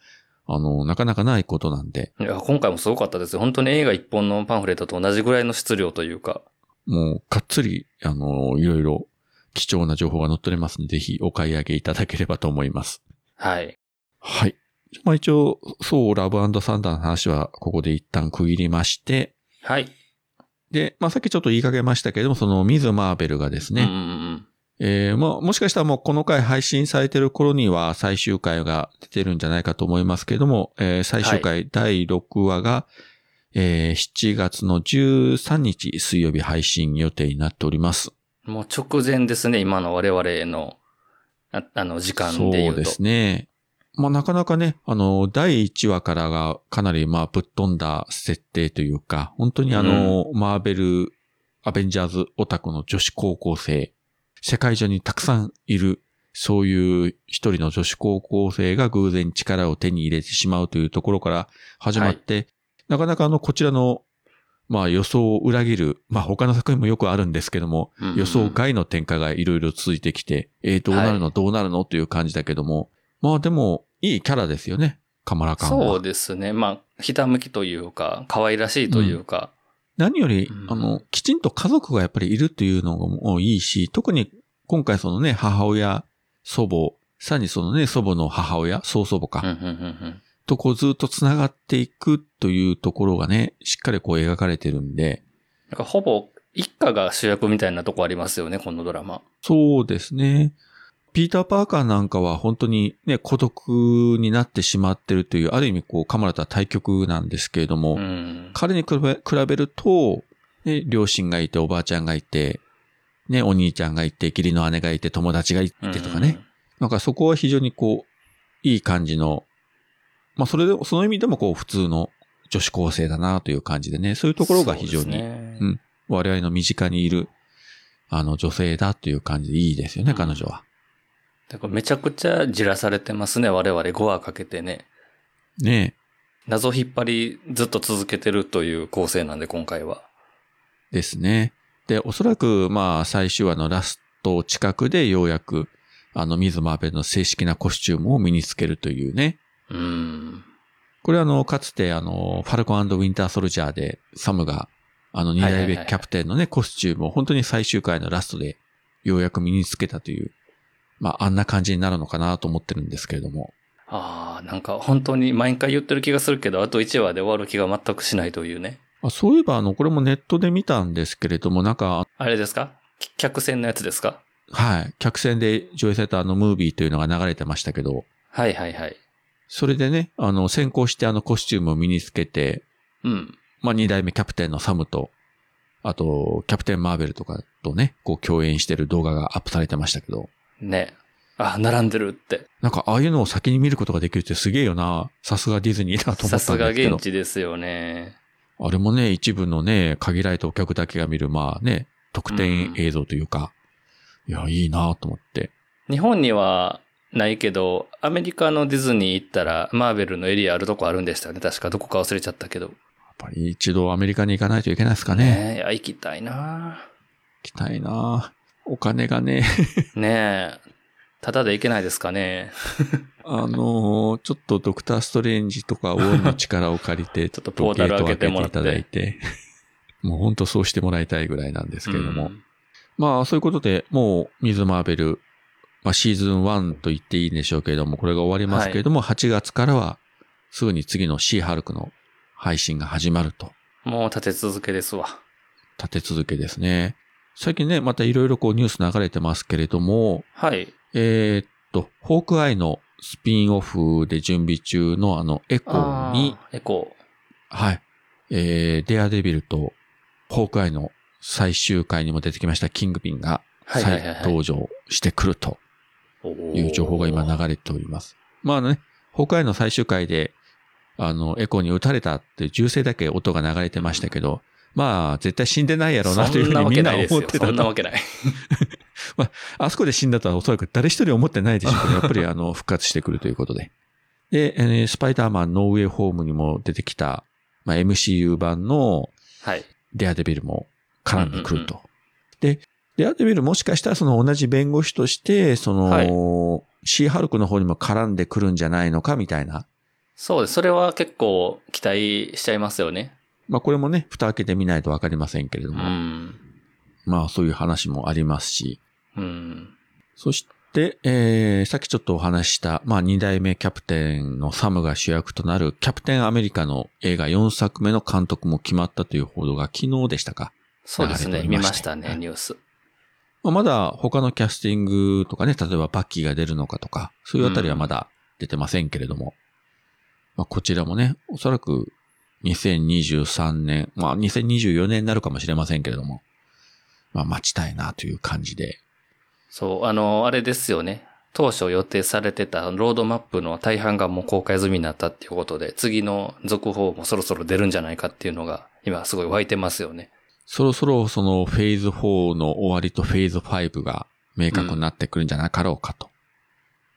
[SPEAKER 2] あの、なかなかないことなんで、
[SPEAKER 1] いや、今回もすごかったですよ。本当に映画一本のパンフレットと同じぐらいの質量というか。
[SPEAKER 2] もう、がっつり、あの、いろいろ、貴重な情報が載っておりますので、ぜひお買い上げいただければと思います。
[SPEAKER 1] はい。
[SPEAKER 2] はい。まあ一応、そう、ラブサンダーの話は、ここで一旦区切りまして、
[SPEAKER 1] はい。
[SPEAKER 2] で、まあさっきちょっと言いかけましたけれども、その、ミズ・マーベルがです
[SPEAKER 1] うんうん
[SPEAKER 2] ね、えー、まあもしかしたらもうこの回配信されてる頃には最終回が出てるんじゃないかと思いますけれども、えー最終回第6話が、えー7月の13日水曜日配信予定になっております。
[SPEAKER 1] うん。もう直前ですね、今の我々の、ああの、時間で言うと。
[SPEAKER 2] そうですね。まあなかなかね、あの、第1話からがかなりまあぶっ飛んだ設定というか、本当にあの、マーベル、アベンジャーズオタクの女子高校生、世界中にたくさんいる、そういう一人の女子高校生が偶然力を手に入れてしまうというところから始まって、なかなかあの、こちらのまあ予想を裏切る、まあ他の作品もよくあるんですけども、
[SPEAKER 1] うんうん
[SPEAKER 2] 予想外の展開がいろいろ続いてきて、えー、どうなるの、
[SPEAKER 1] は
[SPEAKER 2] どうなるのという感じだけども、まあでも、いいキャラですよね、カマラカンは。
[SPEAKER 1] そうですね。まあ、ひたむきというか、可愛らしいというか。
[SPEAKER 2] 何より、
[SPEAKER 1] うん
[SPEAKER 2] あの、きちんと家族がやっぱりいるっていうのがもういいし、特に今回そのね、母親、祖母、さらにそのね、祖母の母親、曽祖母か、
[SPEAKER 1] うん、うん、うん
[SPEAKER 2] とこうずっと繋がっていくというところがね、しっかりこう描かれてるんで、
[SPEAKER 1] うん。ほぼ、一家が主役みたいなとこありますよね、このドラマ。
[SPEAKER 2] そうですね。ピーター・パーカーなんかは本当にね、孤独になってしまってるという、ある意味こう、カマラとは対極なんですけれども、
[SPEAKER 1] うん。
[SPEAKER 2] 彼に比べ比べると、ね、両親がいて、おばあちゃんがいて、ね、お兄ちゃんがいて、義理の姉がいて、友達がいてとかね。なんかそこは非常にこう、いい感じの、まあそれで、その意味でもこう、普通の女子高生だなという感じでね、そうい
[SPEAKER 1] う
[SPEAKER 2] う
[SPEAKER 1] ん。
[SPEAKER 2] ところが非常
[SPEAKER 1] そうです
[SPEAKER 2] に
[SPEAKER 1] ね
[SPEAKER 2] うん我々の身近にいる、あの女性だという感じでいいですよね、
[SPEAKER 1] うん
[SPEAKER 2] 彼女は。
[SPEAKER 1] だからめちゃくちゃじらされてますね、我々5話かけてね。
[SPEAKER 2] ね
[SPEAKER 1] 謎引っ張りずっと続けてるという構成なんで、今回は。
[SPEAKER 2] えですね。で、おそらく、まあ、最終話のラスト近くでようやく、あの、水間ベの正式なコスチュームを身につけるというね。
[SPEAKER 1] うん。
[SPEAKER 2] これはあの、かつてあの、ファルコンウィンターソルジャーで、サムが、あの、二代
[SPEAKER 1] はいはい
[SPEAKER 2] 目
[SPEAKER 1] はい
[SPEAKER 2] キャプテンのね、コスチュームを本当に最終回のラストで、ようやく身につけたという、まあ、あんな感じになるのかなと思ってるんですけれども。
[SPEAKER 1] ああ、なんか本当に毎回言ってる気がするけど、あと1話で終わる気が全くしないというね。
[SPEAKER 2] あそういえば、あの、これもネットで見たんですけれども、なんか、
[SPEAKER 1] あれですかき客船のやつですか
[SPEAKER 2] はい、客船で上映されたあのムービーというのが流れてましたけど、
[SPEAKER 1] はいはいはい。
[SPEAKER 2] それでね、あの、先行してあのコスチュームを身につけて、
[SPEAKER 1] うん。
[SPEAKER 2] まあ、二代目キャプテンのサムと、あと、キャプテンマーベルとかとね、こう共演してる動画がアップされてましたけど、
[SPEAKER 1] ね。あ、並んでるって。
[SPEAKER 2] なんかああいうのを先に見ることができるってすげえよな。さすがディズニーだと
[SPEAKER 1] さ
[SPEAKER 2] 思った
[SPEAKER 1] す
[SPEAKER 2] ん
[SPEAKER 1] が
[SPEAKER 2] ですけ
[SPEAKER 1] 現
[SPEAKER 2] ど。
[SPEAKER 1] 地ですよね。
[SPEAKER 2] あれもね、一部のね、限られたお客だけが見る、まあね、特典映像というか、いや、いいなと思って。
[SPEAKER 1] 日本にはないけど、アメリカのディズニー行ったら、マーベルのエリアあるとこあるんでしたよね。確かどこか忘れちゃったけど。
[SPEAKER 2] やっぱり一度アメリカに行かないといけないですかね。
[SPEAKER 1] ねえ、いや行きたいな
[SPEAKER 2] 行きたいなお金がね、
[SPEAKER 1] ねえ。ただで行けないですかね。
[SPEAKER 2] あのーちょっとドクターストレンジとかオーの力を借りて、
[SPEAKER 1] ちょっと ポータル開けてもらって
[SPEAKER 2] ゲートを開けていただいて、もう本当そうしてもらいたいぐらいなんですけれど
[SPEAKER 1] う
[SPEAKER 2] も。
[SPEAKER 1] ん
[SPEAKER 2] まあそういうことで、もう水マーベル、まあシーズン1と言っていいんでしょうけれども、これが終わりますけれども、8月からはすぐに次のシーハルクの配信が始まると。
[SPEAKER 1] もう立て続けですわ。
[SPEAKER 2] 立て続けですね。最近ね、またいろいろこうニュース流れてますけれども、
[SPEAKER 1] はい。
[SPEAKER 2] えーっと、ホークアイのスピンオフで準備中のあのエコーに、
[SPEAKER 1] あーエコ
[SPEAKER 2] はい、えー、デアデビルとホークアイの最終回にも出てきましたキングピンが
[SPEAKER 1] ー。はいはいはい、
[SPEAKER 2] 再登場してくると
[SPEAKER 1] はい。
[SPEAKER 2] いう情報が今
[SPEAKER 1] おー
[SPEAKER 2] 流れております。まああのね、ホークアイの最終回で、あの、エコーに撃たれたっていう銃声だけ音が流れてましたけど、まあ、絶対死んでないやろうなというふうにみんな思ってた
[SPEAKER 1] そんな
[SPEAKER 2] と
[SPEAKER 1] わけないですよ。
[SPEAKER 2] あそこで死んだとはおそらく誰一人思ってないでしょうけど、やっぱ りあの、復活してくるということで。で、えースパイダーマンノーウェイホームにも出てきた、まあ、MCU 版の
[SPEAKER 1] そん なわけない。はい。
[SPEAKER 2] デアデビルも絡んでくると。で、デアデビルもしかしたらその同じ弁護士として、その、
[SPEAKER 1] はい
[SPEAKER 2] シーハルクの方にも絡んでくるんじゃないのかみたいな。
[SPEAKER 1] そうです。それは結構期待しちゃいますよね。
[SPEAKER 2] まあこれもね、蓋開けてみないとわかりませんけれど
[SPEAKER 1] う
[SPEAKER 2] も、
[SPEAKER 1] ん。
[SPEAKER 2] まあそういう話もありますし、
[SPEAKER 1] うん。
[SPEAKER 2] そして、えー、さっきちょっとお話しした、まあ、二代目キャプテンのサムが主役となる、キャプテンアメリカの映画4作目の監督も決まったという報道が昨日でしたか。
[SPEAKER 1] そうですね。
[SPEAKER 2] 流れてお
[SPEAKER 1] 見
[SPEAKER 2] り
[SPEAKER 1] ま
[SPEAKER 2] ま
[SPEAKER 1] し
[SPEAKER 2] したた
[SPEAKER 1] ね、ニュース。
[SPEAKER 2] まあ、まだ他のキャスティングとかね、例えばバッキーが出るのかとか、そういうあたりはまだ出てませんけれども、まあ、こちらもね、おそらく2023年、まあ、2024年になるかもしれませんけれども、まあ、待ちたいなという感じで、
[SPEAKER 1] そう、あの、あれですよね。当初予定されてたロードマップの大半がもう公開済みになったっていうことで、次の続報もそろそろ出るんじゃないかっていうのが、今すごい湧いてますよね。
[SPEAKER 2] そろそろそのフェーズ4の終わりとフェーズ5が明確になってくるんじゃなかろうかと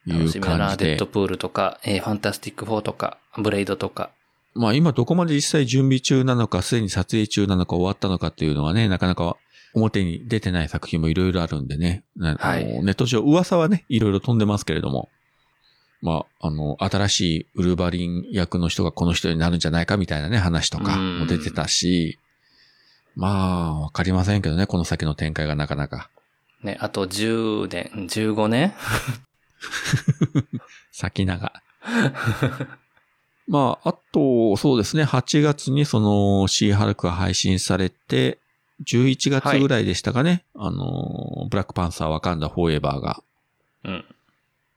[SPEAKER 2] い
[SPEAKER 1] 楽
[SPEAKER 2] う
[SPEAKER 1] しみだ
[SPEAKER 2] 感
[SPEAKER 1] な。
[SPEAKER 2] じ
[SPEAKER 1] デ
[SPEAKER 2] で
[SPEAKER 1] ッド、プールとか、えーファンタスティック4とか、ブレイドとか。
[SPEAKER 2] まあ今どこまで実際準備中なのか、すでに撮影中なのか終わったのかっていうのはね、なかなか表に出てない作品もいろいろあるんでね。なあの
[SPEAKER 1] はい
[SPEAKER 2] ネット上噂はね、いろいろ飛んでますけれども。まあ、あの、新しいウルヴァリン役の人がこの人になるんじゃないかみたいなね、話とかも出てたし、まあ、わかりませんけどね、この先の展開がなかなか。
[SPEAKER 1] ね、あと10年、15年
[SPEAKER 2] 先長。まあ、あと、そうですね、8月にその、シーハルクが配信されて、11月ぐらいでしたかね、あの、ブラックパンサーワカンダフォーエバーが。
[SPEAKER 1] うん。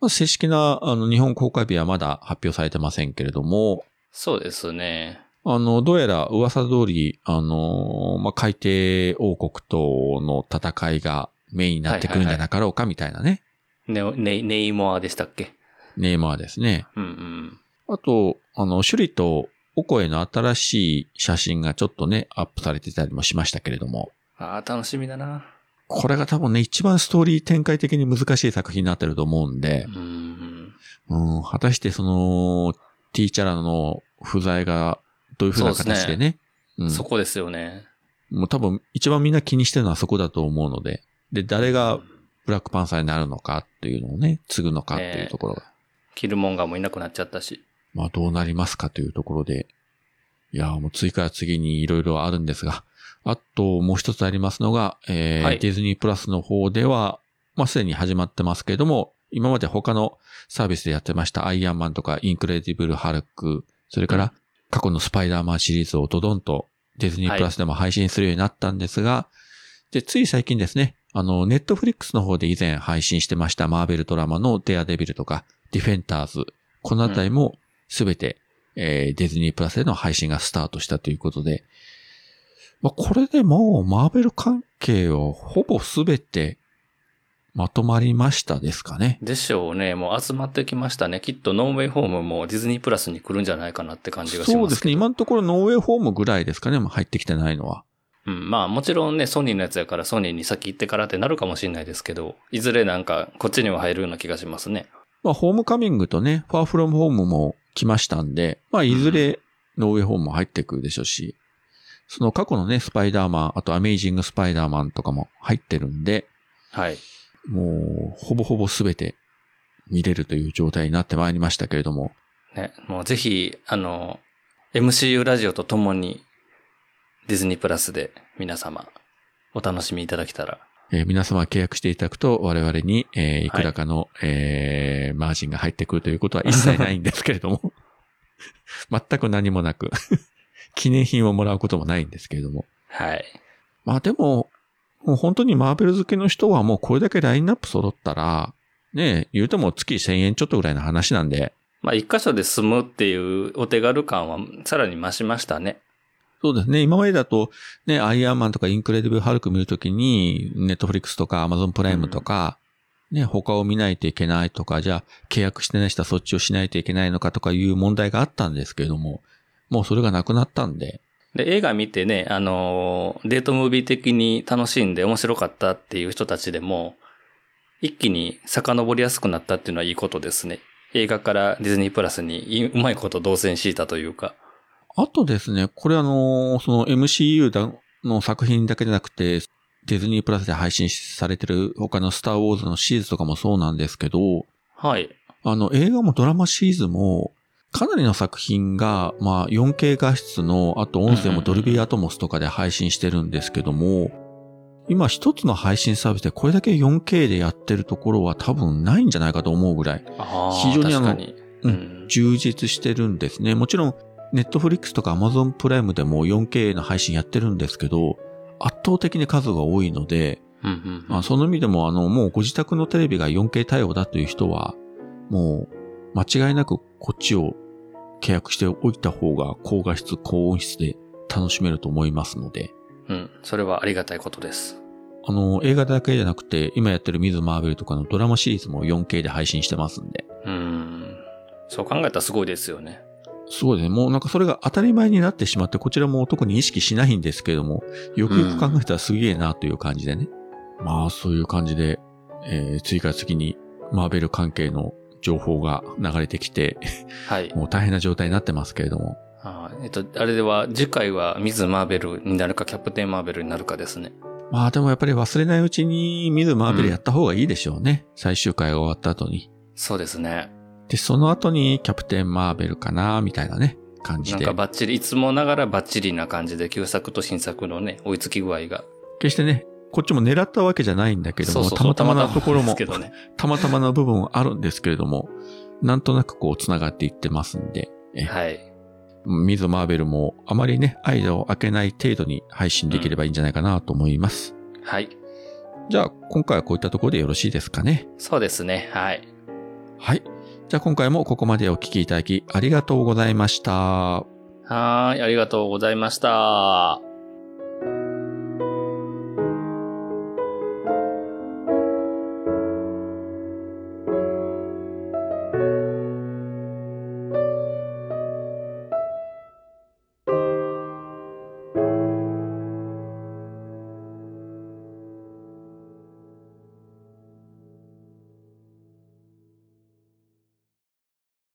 [SPEAKER 2] まあ、正式な、あの、日本公開日はまだ発表されてませんけれども、
[SPEAKER 1] そうですね。
[SPEAKER 2] あの、どうやら噂通り、あの、まあ、海底王国との戦いがメインになってくるんじゃなかろうか、みたいなね、
[SPEAKER 1] ネオネイネイモアでしたっけ
[SPEAKER 2] ネイマーですね。
[SPEAKER 1] うんうん。
[SPEAKER 2] あと、あの、シュリとオコエの新しい写真がちょっとね、アップされてたりもしましたけれども、
[SPEAKER 1] ああ、楽しみだな。
[SPEAKER 2] これが多分ね、一番ストーリー展開的に難しい作品になってると思うんで
[SPEAKER 1] う、ん。
[SPEAKER 2] うん、果たしてその、ティーチャラの不在がどういうふうな形でね、うん
[SPEAKER 1] そこですよね。
[SPEAKER 2] もう多分一番みんな気にしてるのはそこだと思うので、で、誰がブラックパンサーになるのかっていうのをね、継ぐのかっていうところが。
[SPEAKER 1] キルモンガーもいなくなっちゃったし。
[SPEAKER 2] まあどうなりますかというところで、いやー、もう次から次にいろいろあるんですが、あともう一つありますのが、えー
[SPEAKER 1] はい
[SPEAKER 2] ディズニープラスの方では、まあすでに始まってますけれども、今まで他のサービスでやってましたアイアンマンとかインクレディブルハルク、それから過去のスパイダーマンシリーズをドドンとディズニープラスでも配信するようになったんですが、で、つい最近ですね、あの、ネットフリックスの方で以前配信してましたマーベルドラマのデアデビルとか、ディフェンターズ、このあたりもすべて、えーディズニープラスでの配信がスタートしたということで、まあ、これでもうマーベル関係をほぼすべてまとまりましたですかね。
[SPEAKER 1] でしょうね。もう集まってきましたね。きっとノーウェイホームもディズニープラスに来るんじゃないかなって感じがしますけど。
[SPEAKER 2] そうですね。今のところノーウェイホームぐらいですかね。もう入ってきてないのは。
[SPEAKER 1] うん、まあもちろんね、ソニーのやつやからソニーに先行ってからってなるかもしれないですけど、いずれなんかこっちには入るような気がしますね。
[SPEAKER 2] まあ、ホームカミングとね、ファーフロムホームも来ましたんで、まあ、いずれノーウェイホームも入ってくるでしょうし、その過去のね、スパイダーマン、あとアメイジングスパイダーマンとかも入ってるんで、
[SPEAKER 1] はい。
[SPEAKER 2] もう、ほぼほぼ全て見れるという状態になってまいりましたけれども、
[SPEAKER 1] ね、もうぜひ、あの、MCU ラジオとともに、ディズニープラスで皆様、お楽しみいただけたら。
[SPEAKER 2] えー皆様契約していただくと我々に、えーいくらかの、えーマージンが入ってくるということは一切ないんですけれども、 全く何もなく、 記念品をもらうこともないんですけれども、
[SPEAKER 1] はい。
[SPEAKER 2] まあでも、もう本当にマーベル好きの人はもうこれだけラインナップ揃ったら、ねえ、言うても月1000円ちょっとぐらいの話なんで、
[SPEAKER 1] まあ一箇所で済むっていうお手軽感はさらに増しましたね。
[SPEAKER 2] そうですね。今までだと、ね、アイアンマンとかインクレディブルハルク見るときに、ネットフリックスとかアマゾンプライムとか、ね、他を見ないといけないとか、じゃあ契約してない人はそっちをしないといけないのかとかいう問題があったんですけれども、もうそれがなくなったんで、
[SPEAKER 1] で、映画見てね、あのー、デートムービー的に楽しんで面白かったっていう人たちでも、一気に遡りやすくなったっていうのはいいことですね。映画からディズニープラスにいうまいこと動線敷いたというか。
[SPEAKER 2] あとですね、これあのー、その MCU だの作品だけじゃなくて、ディズニープラスで配信されてる他のスターウォーズのシリーズとかもそうなんですけど、
[SPEAKER 1] はい。
[SPEAKER 2] あの映画もドラマシリーズも、かなりの作品が、まあ 4K 画質の、あと音声もドルビーアトモスとかで配信してるんですけども、今一つの配信サービスでこれだけ 4K でやってるところは多分ないんじゃないかと思うぐらい、
[SPEAKER 1] あー
[SPEAKER 2] 非常にあの
[SPEAKER 1] 確かに。
[SPEAKER 2] うん
[SPEAKER 1] うん。
[SPEAKER 2] 充実してるんですね。もちろん、ネットフリックスとか Amazon プライムでも 4K の配信やってるんですけど、圧倒的に数が多いので、
[SPEAKER 1] うんうんうん
[SPEAKER 2] まあ、その意味でも、あの、もうご自宅のテレビが 4K 対応だという人は、もう、間違いなくこっちを契約しておいた方が高画質、高音質で楽しめると思いますので、
[SPEAKER 1] うん。それはありがたいことです。
[SPEAKER 2] あの、映画だけじゃなくて、今やってるミズ・マーベルとかのドラマシリーズも 4K で配信してますんで、
[SPEAKER 1] うん。そう考えたらすごいですよね。
[SPEAKER 2] すごいね。もうなんかそれが当たり前になってしまって、こちらも特に意識しないんですけれども、よくよく考えたらすげえなという感じでね。まあそういう感じで、えー、次から次にマーベル関係の情報が流れてきて、
[SPEAKER 1] はい。
[SPEAKER 2] もう大変な状態になってますけれども。
[SPEAKER 1] あーえっと、あれでは、次回はミズ・マーベルになるか、キャプテン・マーベルになるかですね。
[SPEAKER 2] まあでもやっぱり忘れないうちにミズ・マーベルやった方がいいでしょうね。最終回が終わった後に。
[SPEAKER 1] そうですね。
[SPEAKER 2] で、その後にキャプテン・マーベルかな、みたいなね、感じ
[SPEAKER 1] なん
[SPEAKER 2] で
[SPEAKER 1] か。バッチリ、いつもながらバッチリな感じで、旧作と新作のね、追いつき具合が。
[SPEAKER 2] 決してね、こっちも狙ったわけじゃないんだけど
[SPEAKER 1] そう
[SPEAKER 2] も、
[SPEAKER 1] そう
[SPEAKER 2] た
[SPEAKER 1] そう
[SPEAKER 2] またまなところ
[SPEAKER 1] で
[SPEAKER 2] も
[SPEAKER 1] す、けどね。
[SPEAKER 2] たまたまな部分はあるんですけれども、なんとなくこう繋がっていってますんで、え
[SPEAKER 1] はい。
[SPEAKER 2] ミズ・マーベルもあまりね、間を空けない程度に配信できればいいんじゃないかなと思います。
[SPEAKER 1] はい。
[SPEAKER 2] じゃあ、今回はこういったところでよろしいですかね。
[SPEAKER 1] そうですね。はい。
[SPEAKER 2] はい。じゃあ今回もここまでお聞きいただきありがとうございました。
[SPEAKER 1] はーい。ありがとうございました。